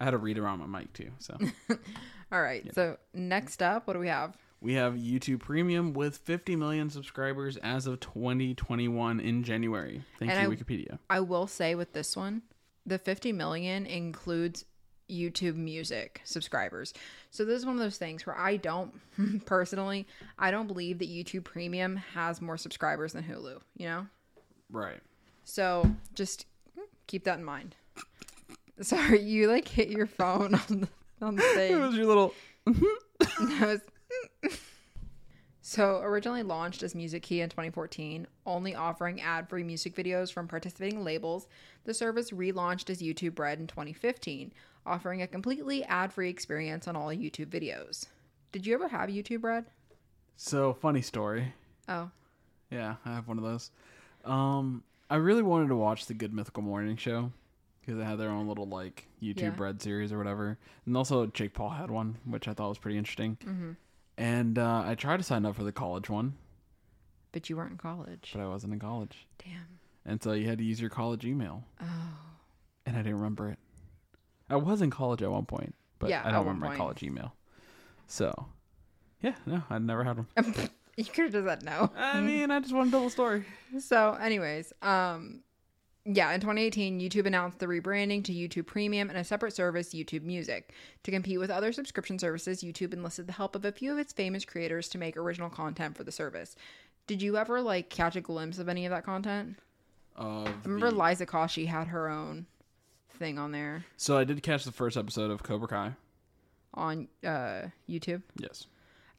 I had to read around my mic too, so. All right. So next up, what do we have? We have YouTube Premium with 50 million subscribers as of 2021 in January. Thank And you, I- Wikipedia. I will say with this one, the 50 million includes YouTube music subscribers. So this is one of those things where I don't personally, I don't believe that YouTube Premium has more subscribers than Hulu, you know? Right. So just keep that in mind. Sorry, you like hit your phone on the on the It thing. was your little. I was- so originally launched as Music Key in 2014, only offering ad-free music videos from participating labels, the service relaunched as YouTube Red in 2015, offering a completely ad-free experience on all YouTube videos. Did you ever have YouTube Red? So funny story. Oh, Yeah, I have one of those. Um, I really wanted to watch the Good Mythical Morning Show because they had their own little like YouTube Yeah. Red series or whatever, and also Jake Paul had one, which I thought was pretty interesting. Mm-hmm. And uh, I tried to sign up for the college one, but you weren't in college. but I wasn't in college, Damn. and so you had to use your college email. Oh. And I didn't remember it. I was in college at one point, but Yeah, I at don't one remember my point. college email. So, yeah, no, I never had one. You could have just said no. I mean, I just wanted to tell the story. So, anyways, um, yeah, in 2018, YouTube announced the rebranding to YouTube Premium and a separate service, YouTube Music. To compete with other subscription services, YouTube enlisted the help of a few of its famous creators to make original content for the service. Did you ever like catch a glimpse of any of that content? Of I remember the- Liza Koshy had her own thing on there so I did catch the first episode of Cobra Kai. on uh, YouTube. Yes.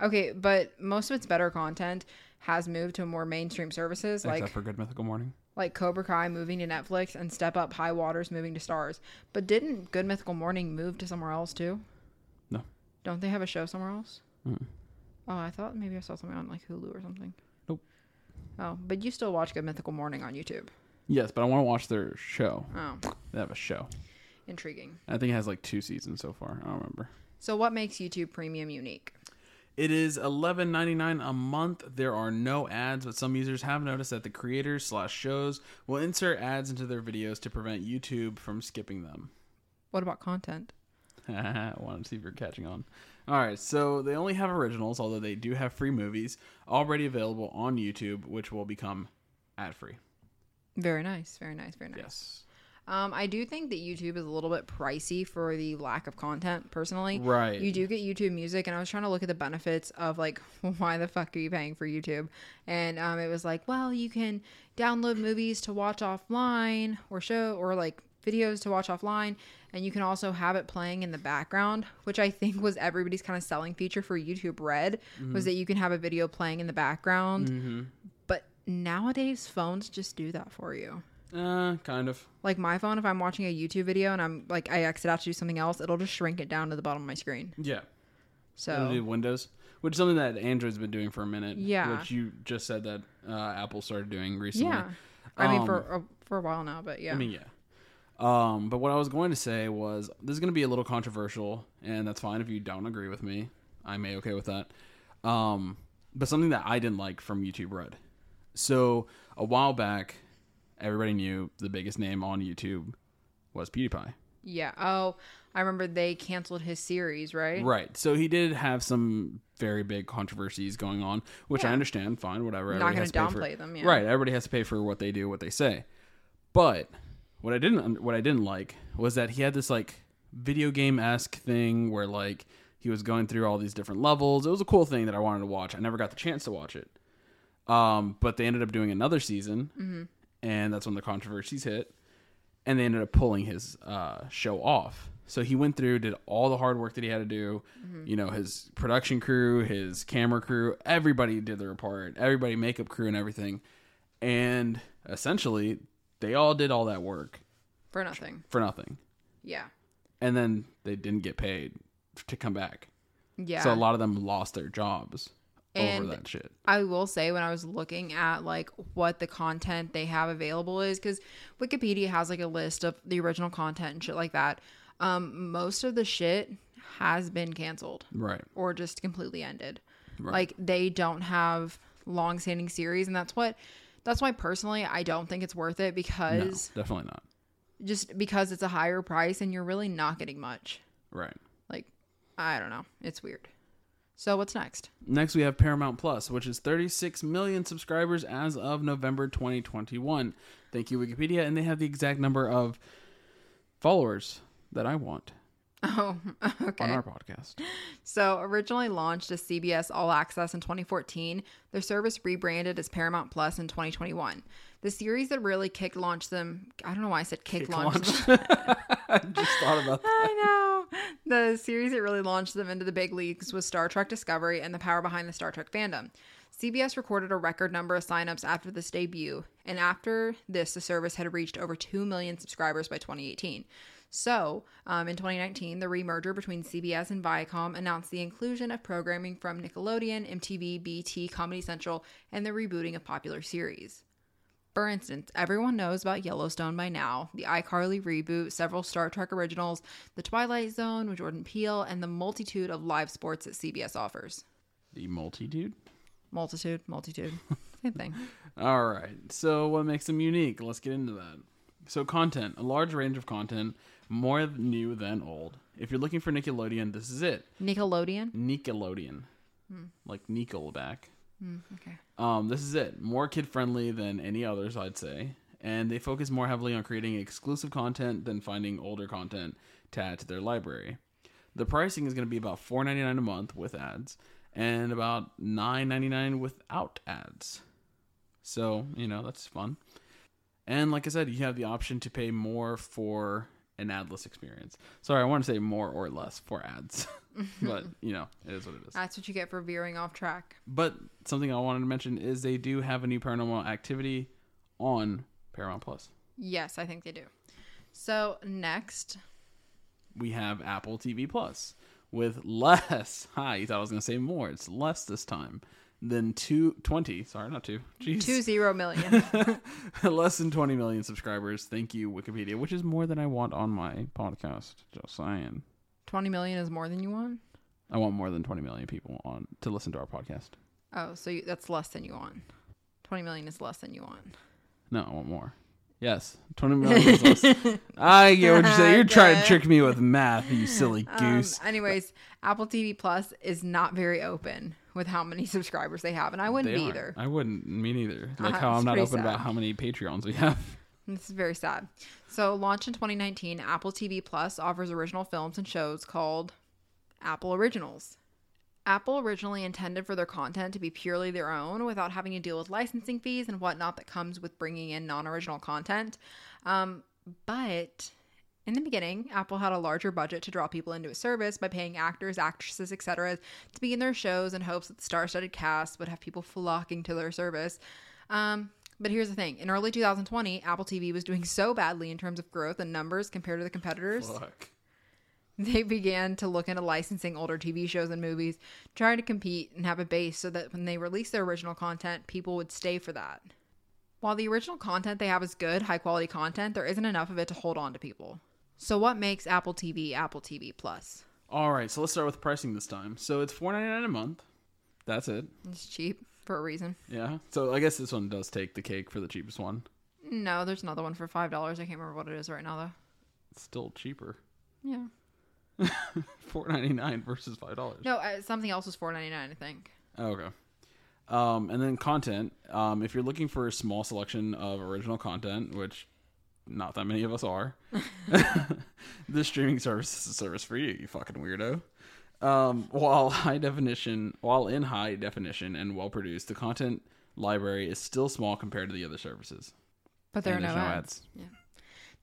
Okay, but most of its better content has moved to more mainstream services like Except for Good Mythical Morning. like Cobra Kai moving to Netflix and Step Up High Waters moving to Stars. But didn't Good Mythical Morning move to somewhere else too? No. Don't they have a show somewhere else? Mm. Oh, I thought maybe I saw something on like Hulu or something. Nope. Oh, but you still watch Good Mythical Morning on YouTube. Yes, but I want to watch their show. Oh, They have a show. intriguing. I think it has like two seasons so far. I don't remember. So, what makes YouTube Premium unique? It is eleven ninety nine a month. There are no ads, but some users have noticed that the creators slash shows will insert ads into their videos to prevent YouTube from skipping them. What about content? I wanted to see if you're catching on. All right, so they only have originals, although they do have free movies already available on YouTube, which will become ad free. Very nice, very nice, very nice. Yes. Um, I do think that YouTube is a little bit pricey for the lack of content. Personally, Right. You do get YouTube Music, and I was trying to look at the benefits of like why the fuck are you paying for YouTube? And um, it was like, well, you can download movies to watch offline, or show, or like videos to watch offline, and you can also have it playing in the background, which I think was everybody's kind of selling feature for YouTube Red was that you can have a video playing in the background. But nowadays, phones just do that for you. Uh, kind of. Like my phone, if I'm watching a YouTube video and I'm like I exit out to do something else, it'll just shrink it down to the bottom of my screen. Yeah. It'll do So Windows, which is something that Android's been doing for a minute. Yeah. Which you just said that uh, Apple started doing recently. yeah, I mean Um, for uh, for a while now, but yeah, I mean, yeah. Um, but what I was going to say was this is going to be a little controversial, and that's fine if you don't agree with me. I'm a okay with that. Um, but something that I didn't like from YouTube Red. So a while back, everybody knew the biggest name on YouTube was PewDiePie. yeah. Oh, I remember they canceled his series, right? Right. So he did have some very big controversies going on, which I understand. Fine, whatever. Not Everybody has gonna to pay downplay for, them, yeah. Right. Everybody has to pay for what they do, what they say. But what I didn't, what I didn't like was that he had this like video game esque thing where like he was going through all these different levels. It was a cool thing that I wanted to watch. I never got the chance to watch it. Um, but they ended up doing another season, Mm-hmm. and that's when the controversies hit and they ended up pulling his uh, show off. So he went through, did all the hard work that he had to do. Mm-hmm. You know, his production crew, his camera crew, everybody did their part, everybody makeup crew and everything. And essentially, they all did all that work For nothing. for nothing. Yeah, And then they didn't get paid to come back. yeah. So a lot of them lost their jobs And- over that shit. I will say when I was looking at like what the content they have available is because Wikipedia has like a list of the original content and shit like that. Um, most of the shit has been canceled. Right. or just completely ended. Right. Like they don't have long-standing series and that's what that's why personally I don't think it's worth it No, because definitely not. just because it's a higher price and you're really not getting much. Right. Like I don't know, it's weird. So what's next? Next, we have Paramount Plus, which is 36 million subscribers as of November 2021. Thank you, Wikipedia. And they have the exact number of followers that I want Oh, on okay. our podcast. So, originally launched as CBS All Access in 2014, their service rebranded as Paramount Plus in 2021. The series that really kick launched them, I don't know why I said kick, launched them. I just thought about that. I know. The series that really launched them into the big leagues was Star Trek Discovery and the power behind the Star Trek fandom. CBS recorded a record number of signups after this debut, and after this, the service had reached over 2 million subscribers by 2018. So, um, in 2019, the remerger between CBS and Viacom announced the inclusion of programming from Nickelodeon, MTV, BT, Comedy Central, and the rebooting of popular series. For instance, everyone knows about Yellowstone by now, the iCarly reboot, several Star Trek originals, The Twilight Zone with Jordan Peele, and the multitude of live sports that CBS offers. The multitude. Multitude, multitude. Same thing. All right. So, what makes them unique? Let's get into that. So, content a large range of content, more new than old. If you're looking for Nickelodeon, this is it. Nickelodeon? Nickelodeon. Like Nickelback. Okay. Um, this is it. More kid friendly than any others, I'd say. And they focus more heavily on creating exclusive content than finding older content to add to their library. The pricing is going to be about $4.99 a month with ads and about $9.99 without ads. So, you know, that's fun. And like I said, you have the option to pay more for an adless experience. Sorry, I want to say more or less for ads. but, you know, it is what it is. That's what you get for veering off track. But something I wanted to mention is they do have a new paranormal activity on Paramount Plus. Yes, I think they do. So next, We have Apple TV Plus with less. Hi, you thought I was going to say more. It's less this time than two twenty. Sorry, not two. Jeez. two zero million. less than 20 million subscribers. Thank you, Wikipedia, which is more than I want on my podcast. Just saying. Twenty million is more than you want. I want more than 20 million people on to listen to our podcast. Oh, so you, that's less than you want. Twenty million is less than you want. No, I want more. Yes, 20 million. is less. I get what you say. You're trying to Okay. trick me with math, you silly Um, goose. anyways, Apple TV Plus is not very open with how many subscribers they have, and I wouldn't They be aren't. either. I wouldn't. Me neither. Like Uh, how I'm it's not pretty open about sad. how many Patreons we have. This is very sad. So, launched in 2019, Apple TV Plus offers original films and shows called Apple Originals. Apple originally intended for their content to be purely their own without having to deal with licensing fees and whatnot that comes with bringing in non original content. Um, but in the beginning, Apple had a larger budget to draw people into its service by paying actors, actresses, etc., to be in their shows in hopes that the star studded cast would have people flocking to their service. Um, but here's the thing in early 2020, Apple TV was doing so badly in terms of growth and numbers compared to the competitors Fuck. they began to look into licensing older TV shows and movies, trying to compete and have a base so that when they release their original content, people would stay for that. While the original content they have is good, high quality content, there isn't enough of it to hold on to people. So what makes Apple TV Apple TV Plus? All right, so let's start with pricing this time. So it's four ninety nine a month. That's it. It's cheap for a reason. Yeah. So I guess this one does take the cake for the cheapest one. No, there's another one for five dollars. I can't remember what it is right now though. It's still cheaper. Yeah. Four ninety nine versus five dollars. No, uh, something else was four ninety nine. I think. Oh, okay. Um, and then content. Um, if you're looking for a small selection of original content, which not that many of us are, the streaming service is a service for you, you fucking weirdo. Um, while high definition, while in high definition and well produced, the content library is still small compared to the other services. But there And are no there's no ads. ads. Yeah.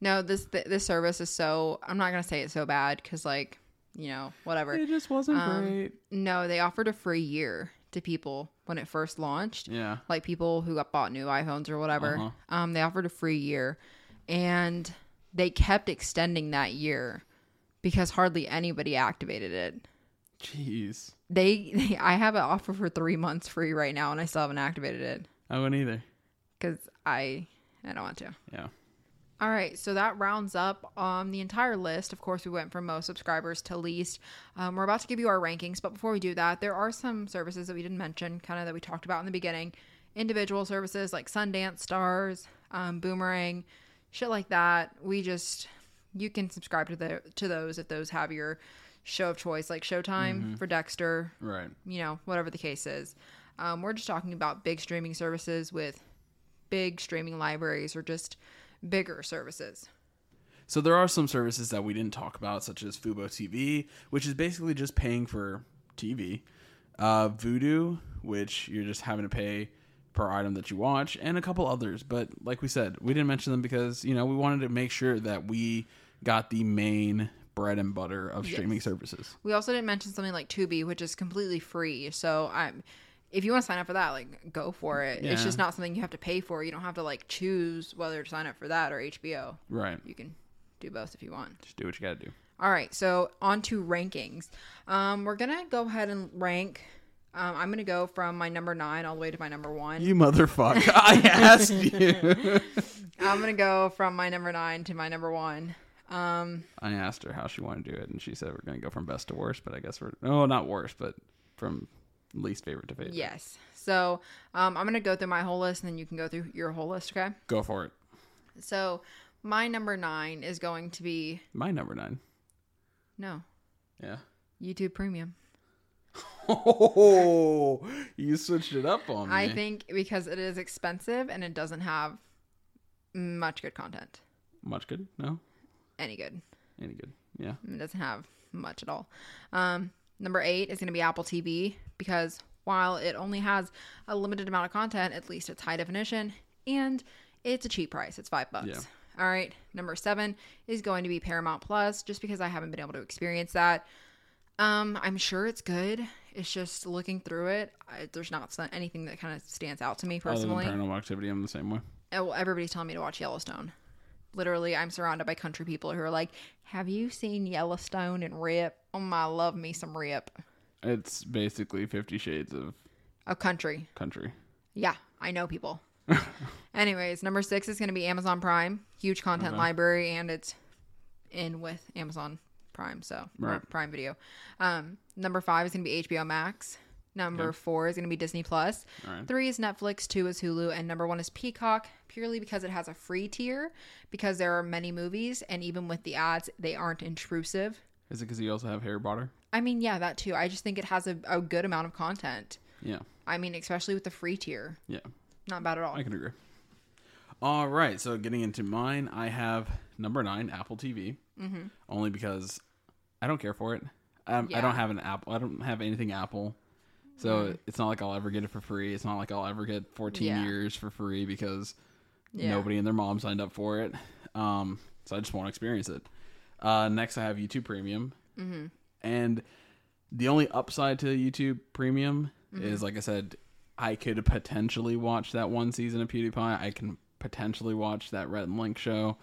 No, this th- this service is so. I'm not gonna say it's so bad because like you know whatever. It just wasn't Um, great. No, they offered a free year to people when it first launched. Yeah. Like people who got bought new iPhones or whatever. Uh-huh. Um, they offered a free year, and they kept extending that year because hardly anybody activated it. Jeez. They, they I have an offer for three months free right now, and I still haven't activated it I wouldn't either. because I I don't want to. Yeah. All right, so that rounds up um, the entire list. Of course, we went from most subscribers to least. Um, we're about to give you our rankings, but before we do that, there are some services that we didn't mention, kind of that we talked about in the beginning. Individual services like Sundance, Stars, um, Boomerang, shit like that. We just you can subscribe to the to those if those have your show of choice, like Showtime for Dexter, Right. you know, whatever the case is. Um, we're just talking about big streaming services with big streaming libraries or just bigger services. So there are some services that we didn't talk about, such as Fubo TV, which is basically just paying for TV. Uh, Vudu, which you're just having to pay per item that you watch, and a couple others. But like we said, we didn't mention them because you know we wanted to make sure that we got the main bread and butter of streaming services. We also didn't mention something like Tubi, which is completely free. So I'm, if you want to sign up for that, like go for it. It's Yeah. just not something you have to pay for. You don't have to like choose whether to sign up for that or HBO. Right. You can do both if you want. Just do what you got to do. All right, so on to rankings. Um, we're gonna go ahead and rank. Um, I'm gonna go from my number nine all the way to my number one. You motherfucker! I asked you. I'm gonna go from my number nine to my number one. Um, I asked her how she wanted to do it, and she said we're going to go from best to worst. But I guess we're no, not worst, but from least favorite to favorite. yes. So um, I'm gonna go through my whole list, and then you can go through your whole list. Okay. Go for it. So my number nine is going to be My number nine. no Yeah. YouTube Premium. Oh, you switched it up on me. I think because it is expensive and it doesn't have much good content. much good. No, Any good. any good. Yeah. It doesn't have much at all. Um, number eight is going to be Apple TV because while it only has a limited amount of content, at least it's high definition and it's a cheap price. It's five bucks. Yeah. All right. Number seven is going to be Paramount Plus, just because I haven't been able to experience that. Um, I'm sure it's good. It's just looking through it, I, there's not so- anything that kind of stands out to me personally. Other than paranormal activity, I'm the same way. Oh, well, everybody's telling me to watch Yellowstone. Literally, I'm surrounded by country people who are like, "Have you seen Yellowstone and Rip? Oh my, love me some Rip." It's basically Fifty Shades of A country, Country. Yeah, I know people. Anyways, number six is going to be Amazon Prime, huge content Uh-huh. library, and it's in with Amazon Prime, so or Right. Prime Video. Um, number five is going to be HBO Max. Number four is going to be Disney Plus. Alright. Three is Netflix. Two is Hulu, and number one is Peacock, purely because it has a free tier. Because there are many movies, and even with the ads, they aren't intrusive. Is it because you also have Harry Potter? I mean, yeah, that too. I just think it has a, a good amount of content. Yeah, I mean, especially with the free tier, yeah, not bad at all. I can agree. All right, so getting into mine, I have number nine, Apple TV, mm-hmm. only because I don't care for it. I, I Yeah. Mm. don't have an Apple. I don't have anything Apple, so it's not like I'll ever get it for free. It's not like I'll ever get 14 Yeah. years for free because Yeah. nobody and their mom signed up for it. Um, so I just want to experience it. Uh, next, I have YouTube Premium, and the only upside to YouTube Premium is, like I said, I could potentially watch that one season of PewDiePie. I can potentially watch that Red and Link show.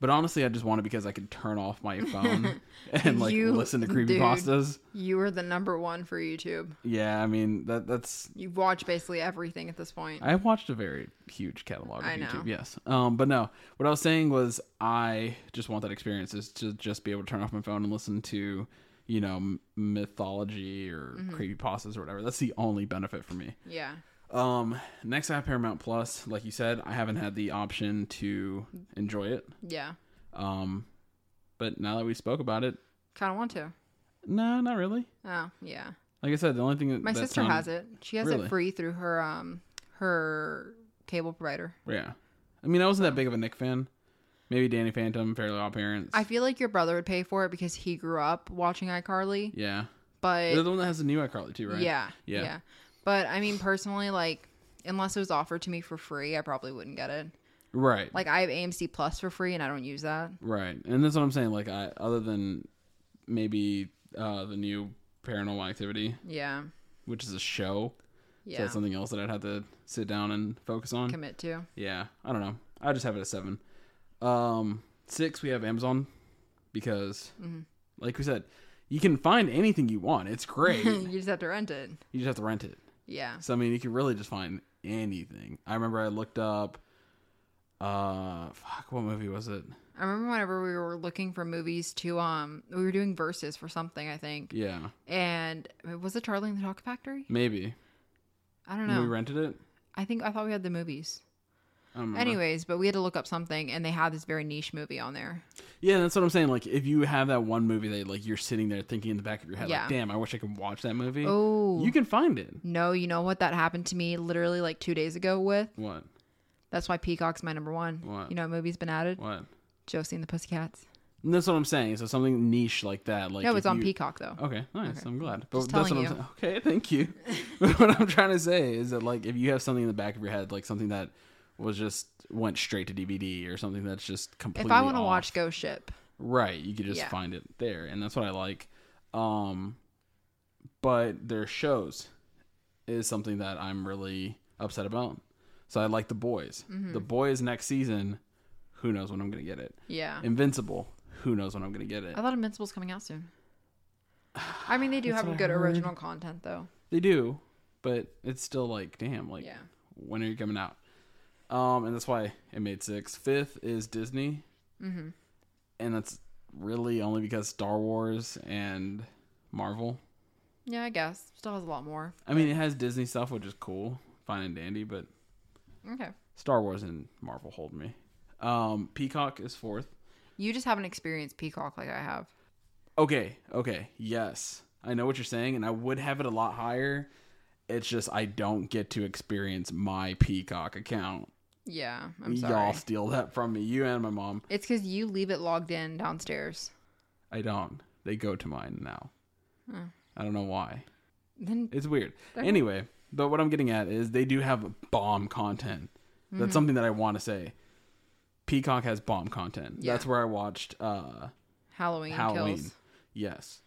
But honestly, I just want it because I could turn off my phone and like You- listen to dude. creepypastas. You are the number one for YouTube. Yeah, I mean that that's You watch basically everything at this point. I watched a very huge catalog of I know. YouTube. Yes, um, but no. What I was saying was, I just want that experience is to just be able to turn off my phone and listen to, you know, m- mythology or Mm-hmm. creepy pastas or whatever. That's the only benefit for me. yeah. Um, next, I have Paramount Plus. Like you said, I haven't had the option to enjoy it. Yeah. Um, but now that we spoke about it, Kind of want to. no, not really. Oh, yeah. Like I said, the only thing that My that sister sounded- has it. She has Really? it free through her um her cable provider. Yeah, I mean, I wasn't that big of a Nick fan. Maybe Danny Phantom, Fairly Odd Parents. I feel like your brother would pay for it because he grew up watching iCarly, yeah. but They're the one that has the new iCarly too, right? yeah, Yeah. yeah. But I mean personally like unless it was offered to me for free, I probably wouldn't get it. Right. Like I have AMC Plus for free and I don't use that. right. And that's what I'm saying. Like I other than maybe uh the new paranormal activity, Yeah. which is a show. So Yeah. that's something else that I'd have to sit down and focus on. Commit to. yeah. I don't know. I just have it at seven. Um six we have Amazon because Mm-hmm. like we said, you can find anything you want. It's great. you you just have to rent it. just have to rent it. Yeah. So I mean, you can really just find anything. I remember I looked up, uh, fuck, what movie was it? I remember whenever we were looking for movies to um we were doing verses for something I think Yeah, and was it Charlie and the Chocolate Factory? maybe I don't when know. we rented it. I think I thought we had the movies. I don't remember. Anyways, but we had to look up something and they had this very niche movie on there. yeah, that's what I'm saying. Like, if you have that one movie that like you're sitting there thinking in the back of your head, Yeah. like, damn, I wish I could watch that movie. Oh. you can find it. No, you know what that happened to me literally like 2 days ago with. What? That's why Peacock's my number 1. What? You know, what movie's been added. What? Josie and the Pussycats. And that's what I'm saying. So something niche like that. Like, no, if it's on you- Oh, Peacock though. Okay, nice. I'm glad. But Just that's what telling I'm saying. Okay, thank you. but what I'm trying to say is that like if you have something in the back of your head, like something that was just went straight to DVD or something that's just completely if I want to off, watch Ghost Ship, right, you could just Yeah. find it there, and that's what I like. Um, but their shows is something that I'm really upset about. So I like the boys. Mm-hmm. The boys next season, who knows when I'm gonna get it? yeah. Invincible, who knows when I'm gonna get it? I thought Invincible's coming out soon. I mean, they do That's have what I good heard. original content though. They do, but it's still like, damn, like, Yeah. when are you coming out? Um, and that's why it made six. Fifth is Disney, mm-hmm. and that's really only because Star Wars and Marvel. Yeah, I guess. Still has a lot more. I mean, it has Disney stuff, which is cool, fine and dandy, but Okay. Star Wars and Marvel hold me. Um, Peacock is fourth. You just haven't experienced Peacock like I have. Okay, okay, yes, I know what you're saying, and I would have it a lot higher. It's just I don't get to experience my Peacock account. Yeah, I'm sorry. Y'all steal that from me. You and my mom. It's because you leave it logged in downstairs. I don't. They go to mine now. I don't know why. Then It's weird. Anyway, but what I'm getting at is they do have bomb content. Mm-hmm. That's something that I want to say. Peacock has bomb content. Yeah. That's where I watched uh Halloween, Halloween. kills. Yes.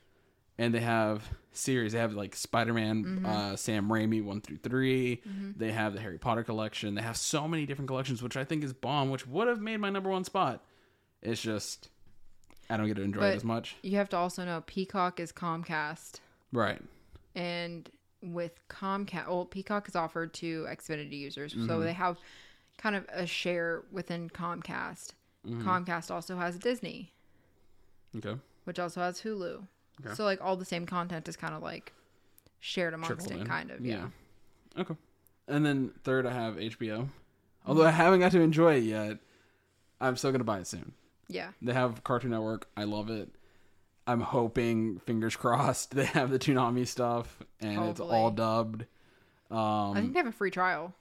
And they have series. They have like Spider Man, Mm-hmm. uh, Sam Raimi one through 3 They have the Harry Potter collection. They have so many different collections, which I think is bomb, which would have made my number one spot. It's just I don't get to enjoy But- it as much. You have to also know Peacock is Comcast, Right. and with Comcast, well, Peacock is offered to Xfinity users, so Mm-hmm. they have kind of a share within Comcast. Mm-hmm. Comcast also has Disney, Okay. which also has Hulu. So like all the same content is kind of like shared amongst Trickled it, in. kind of. Yeah. Mm-hmm. Okay. And then third, I have HBO. Although I haven't got to enjoy it yet, I'm still gonna buy it soon. Yeah. They have Cartoon Network. I love it. I'm hoping, fingers crossed, they have the Toonami stuff and it's all Hopefully. dubbed. Um, I think they have a free trial.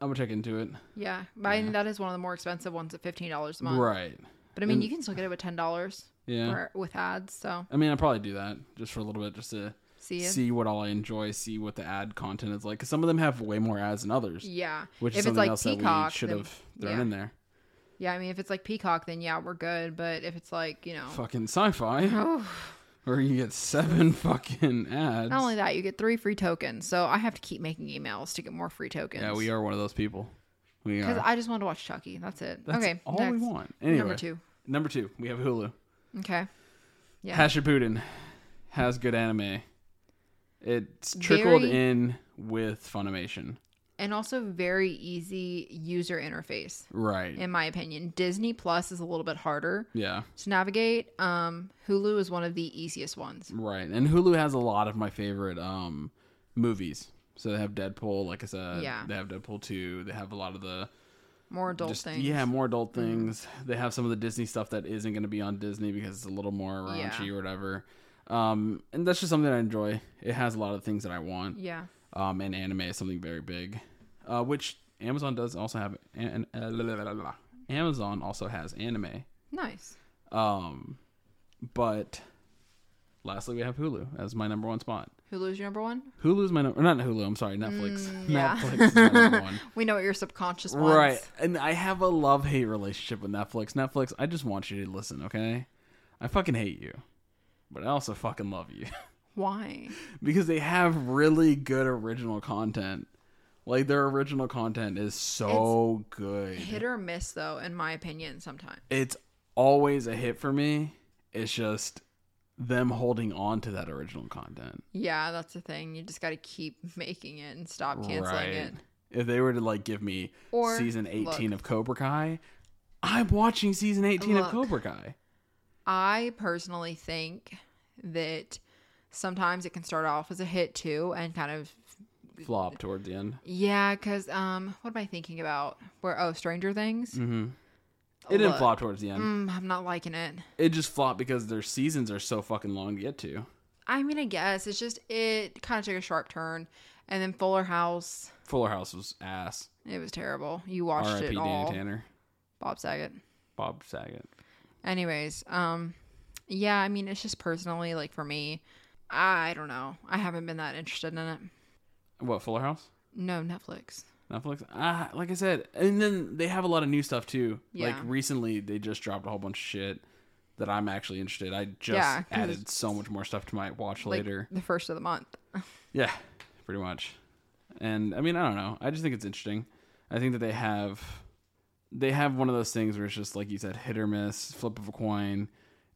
I'm gonna check into it. Yeah. But I think that is one of the more expensive ones at fifteen dollars a month. Right. But I mean And- you can still get it with ten dollars Yeah. with ads, so I mean, I'll probably do that just for a little bit, just to see it. see what all I enjoy, see what the ad content is like. Because some of them have way more ads than others, Yeah. which if is it's something like else Peacock, that we should then- have thrown yeah. in there. Yeah, I mean if it's like Peacock then yeah, we're good. But if it's like, you know Fucking sci-fi. oh, where you get seven fucking ads. not only that, you get three free tokens. So I have to keep making emails to get more free tokens. yeah, we are one of those people. We Because are. I just want to watch Chucky. That's it. That's okay. all next. we want. Anyway, Number two. Number two, we have Hulu. Okay. Yeah. Hashiputin has good anime. It's trickled Very- in with Funimation, And also very easy user interface. right? in my opinion. Disney Plus is a little bit harder yeah, to navigate. Um, Hulu is one of the easiest ones. right. And Hulu has a lot of my favorite um movies. So they have Deadpool, like I said. Yeah. They have Deadpool two. They have a lot of the More adult just things. Mm-hmm. yeah more adult things they have some of the disney stuff that isn't going to be on disney because it's a little more Yeah. raunchy or whatever um and that's just something i enjoy it has a lot of things that i want Yeah. um and anime is something very big uh which amazon does also have an, uh, la- la- la- la- la. amazon also has anime Nice. um but lastly we have hulu as my number one spot Hulu's your number one? hulu's my number not hulu i'm sorry netflix Mm, yeah. netflix is my number one We know what your subconscious wants. Right. And I have a love hate relationship with Netflix. Netflix, I just want you to listen, okay? I fucking hate you. But I also fucking love you. Why? because they have really good original content. Like their original content is so good. Hit or miss though, in my opinion, sometimes. It's always a hit for me. It's just them holding on to that original content. Yeah, that's the thing. You just gotta keep making it and stop canceling it. If they were to like give me Or, season 18 look. of Cobra Kai, I'm watching season 18 of Look. Cobra Kai. I personally think that sometimes it can start off as a hit too and kind of Flop towards the end. Yeah, because um, what am I thinking about? Where oh, Stranger Things. Mm-hmm. It didn't Look. flop towards the end. Mm, I'm not liking it. It just flopped because their seasons are so fucking long to get to. I mean, I guess it's just it kind of took a sharp turn, and then Fuller House. Fuller House was ass. It was terrible. You watched R.I.P. it Danny all, Tanner, Bob Saget. Bob Saget. Anyways, um, yeah, I mean, it's just personally like for me, I don't know. I haven't been that interested in it. What Fuller House? No Netflix. Netflix. Ah, like I said, and then they have a lot of new stuff too. Like Yeah. recently, they just dropped a whole bunch of shit that I'm actually interested. I just Yeah, 'cause added so much more stuff to my watch Like, later. the first of the month. Yeah, pretty much. And I mean, I don't know. I just think it's interesting. I think that they have they have one of those things where it's just like you said, hit or miss, flip of a coin.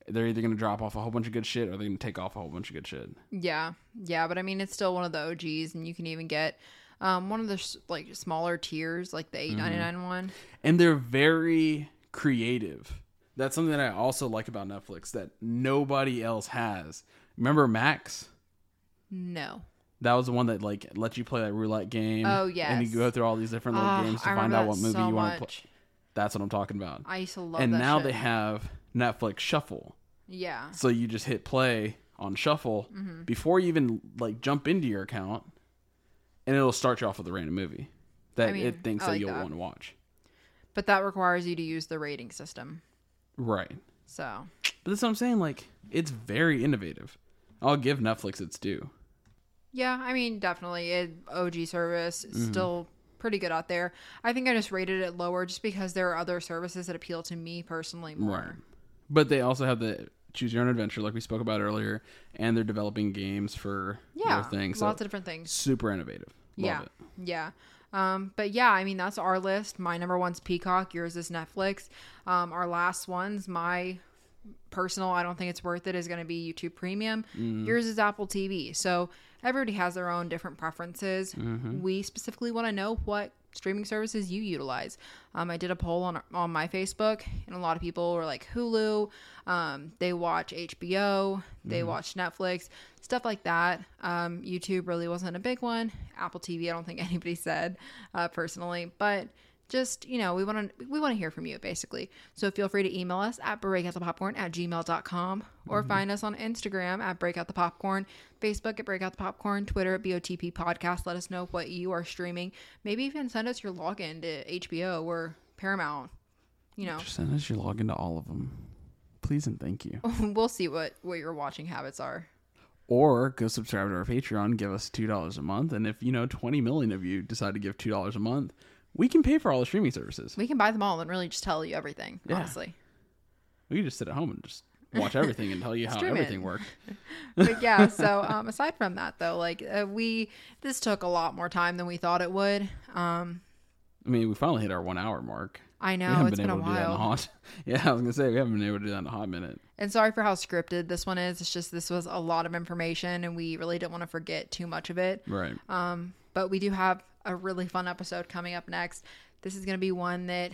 They're either going to drop off a whole bunch of good shit or they're going to take off a whole bunch of good shit. Yeah, yeah, but I mean, it's still one of the OGs, and you can even get um, one of the s- like smaller tiers, like the Mm-hmm. eight ninety nine one. And they're very creative. That's something that I also like about Netflix that nobody else has. Remember Max? No, That was the one that like let you play that roulette game. Oh, and yes. you go through all these different little Ah, games to I find remember out that what movie so you want to play. much. That's what I'm talking about. I used to love. and that now shit. they have Netflix Shuffle. yeah, So you just hit play on Shuffle Mm-hmm. before you even like jump into your account, and it'll start you off with a random movie that I mean, it thinks I that like you'll that. want to watch. but that requires you to use the rating system. Right. So But that's what I'm saying. Like, it's very innovative. I'll give Netflix its due. Yeah, I mean, definitely. It, OG service Mm-hmm. is still pretty good out there. I think I just rated it lower just because there are other services that appeal to me personally more. Right. But they also have the choose your own adventure, like we spoke about earlier, and they're developing games for Yeah, their thing. So lots of different things. super innovative. Love yeah, it. yeah. Um, but yeah, I mean, that's our list. My number one's Peacock. Yours is Netflix. Um, our last ones, my personal, I don't think it's worth it, is going to be YouTube Premium. Yours is Apple TV. So everybody has their own different preferences. We specifically want to know what streaming services you utilize. Um, I did a poll on on my Facebook, and a lot of people were like Hulu. Um, they watch HBO. They watch Netflix. Stuff like that. Um, YouTube really wasn't a big one. Apple TV, I don't think anybody said uh, personally, but just you know we want to we want to hear from you basically so feel free to email us at breakoutthepopcorn at gmail.com or Mm-hmm. find us on instagram at breakoutthepopcorn facebook at breakoutthepopcorn twitter at botp podcast let us know what you are streaming maybe even send us your login to hbo or paramount you know Just send us your login to all of them. Please and thank you. we'll see what what your watching habits are Or go subscribe to our Patreon, give us two dollars a month, and if you know twenty million of you decide to give two dollars a month, we can pay for all the streaming services. we can buy them all and really just tell you everything Yeah. honestly We can just sit at home and just watch everything and tell you how Stream it. everything works. but yeah so um, aside from that though like uh, we this took a lot more time than we thought it would um I mean, we finally hit our one hour mark. I we know haven't it's been, been a able to do that in a while. hot. Yeah, I was gonna say we haven't been able to do that in a hot minute. And sorry for how scripted this one is. It's just this was a lot of information and we really didn't want to forget too much of it. Right. Um, but we do have a really fun episode coming up next. This is going to be one that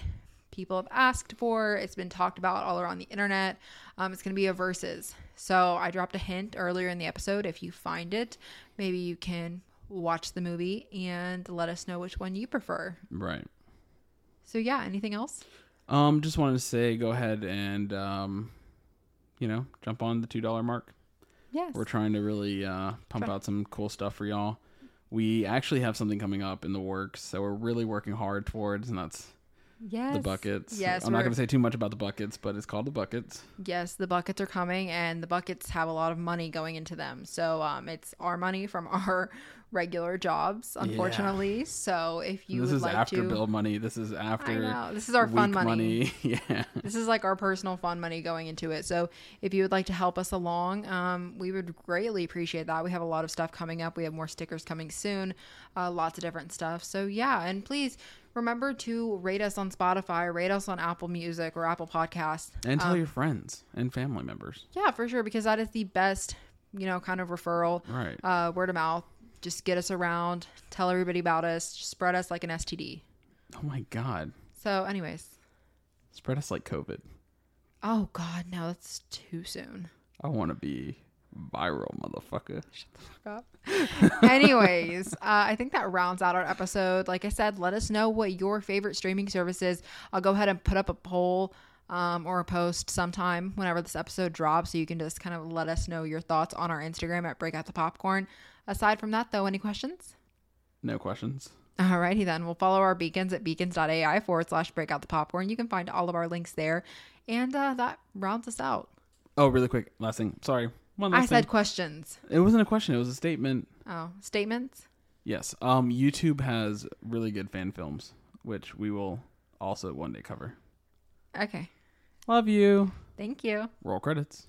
people have asked for. It's been talked about all around the internet. Um, it's going to be a versus. So I dropped a hint earlier in the episode. If you find it, maybe you can watch the movie and let us know which one you prefer. Right. So yeah, anything else? Um, just wanted to say, go ahead and um, you know, jump on the two dollar mark. Yes. We're trying to really uh, pump out some cool stuff for y'all. We actually have something coming up in the works that we're really working hard towards, and that's yes. the buckets. Yes. I'm not we're- going to say too much about the buckets, but it's called the buckets. Yes, the buckets are coming, and the buckets have a lot of money going into them. So um, it's our money from our regular jobs, unfortunately. So if you this would is like after to, bill money. This is after. know. This is our fun week money. yeah. this is like our personal fun money going into it. So if you would like to help us along, um, we would greatly appreciate that. We have a lot of stuff coming up. We have more stickers coming soon, uh, lots of different stuff. So yeah, and please remember to rate us on Spotify, rate us on Apple Music or Apple Podcasts. And tell your friends and family members. Yeah, for sure, because that is the best, you know, kind of referral. Right. Uh, word of mouth. Just get us around, tell everybody about us, just spread us like an STD. Oh my God. So, anyways, Spread us like COVID. oh God, no, that's too soon. I want to be viral, motherfucker. Fuck up. anyways, uh, I think that rounds out our episode. Like I said, let us know what your favorite streaming service is. I'll go ahead and put up a poll. Um, or a post sometime whenever this episode drops, so you can just kind of let us know your thoughts on our Instagram at Breakout the Popcorn. Aside from that, though, any questions? No questions. Alrighty then. We'll follow our beacons at beacons.ai forward slash breakout the popcorn. You can find all of our links there. And uh, that rounds us out. Oh, really quick. Last thing. Sorry. One last I said thing. questions. it wasn't a question. It was a statement. Oh, statements? Yes. Um, YouTube has really good fan films, which we will also one day cover. Okay. Love you. Thank you. Roll credits.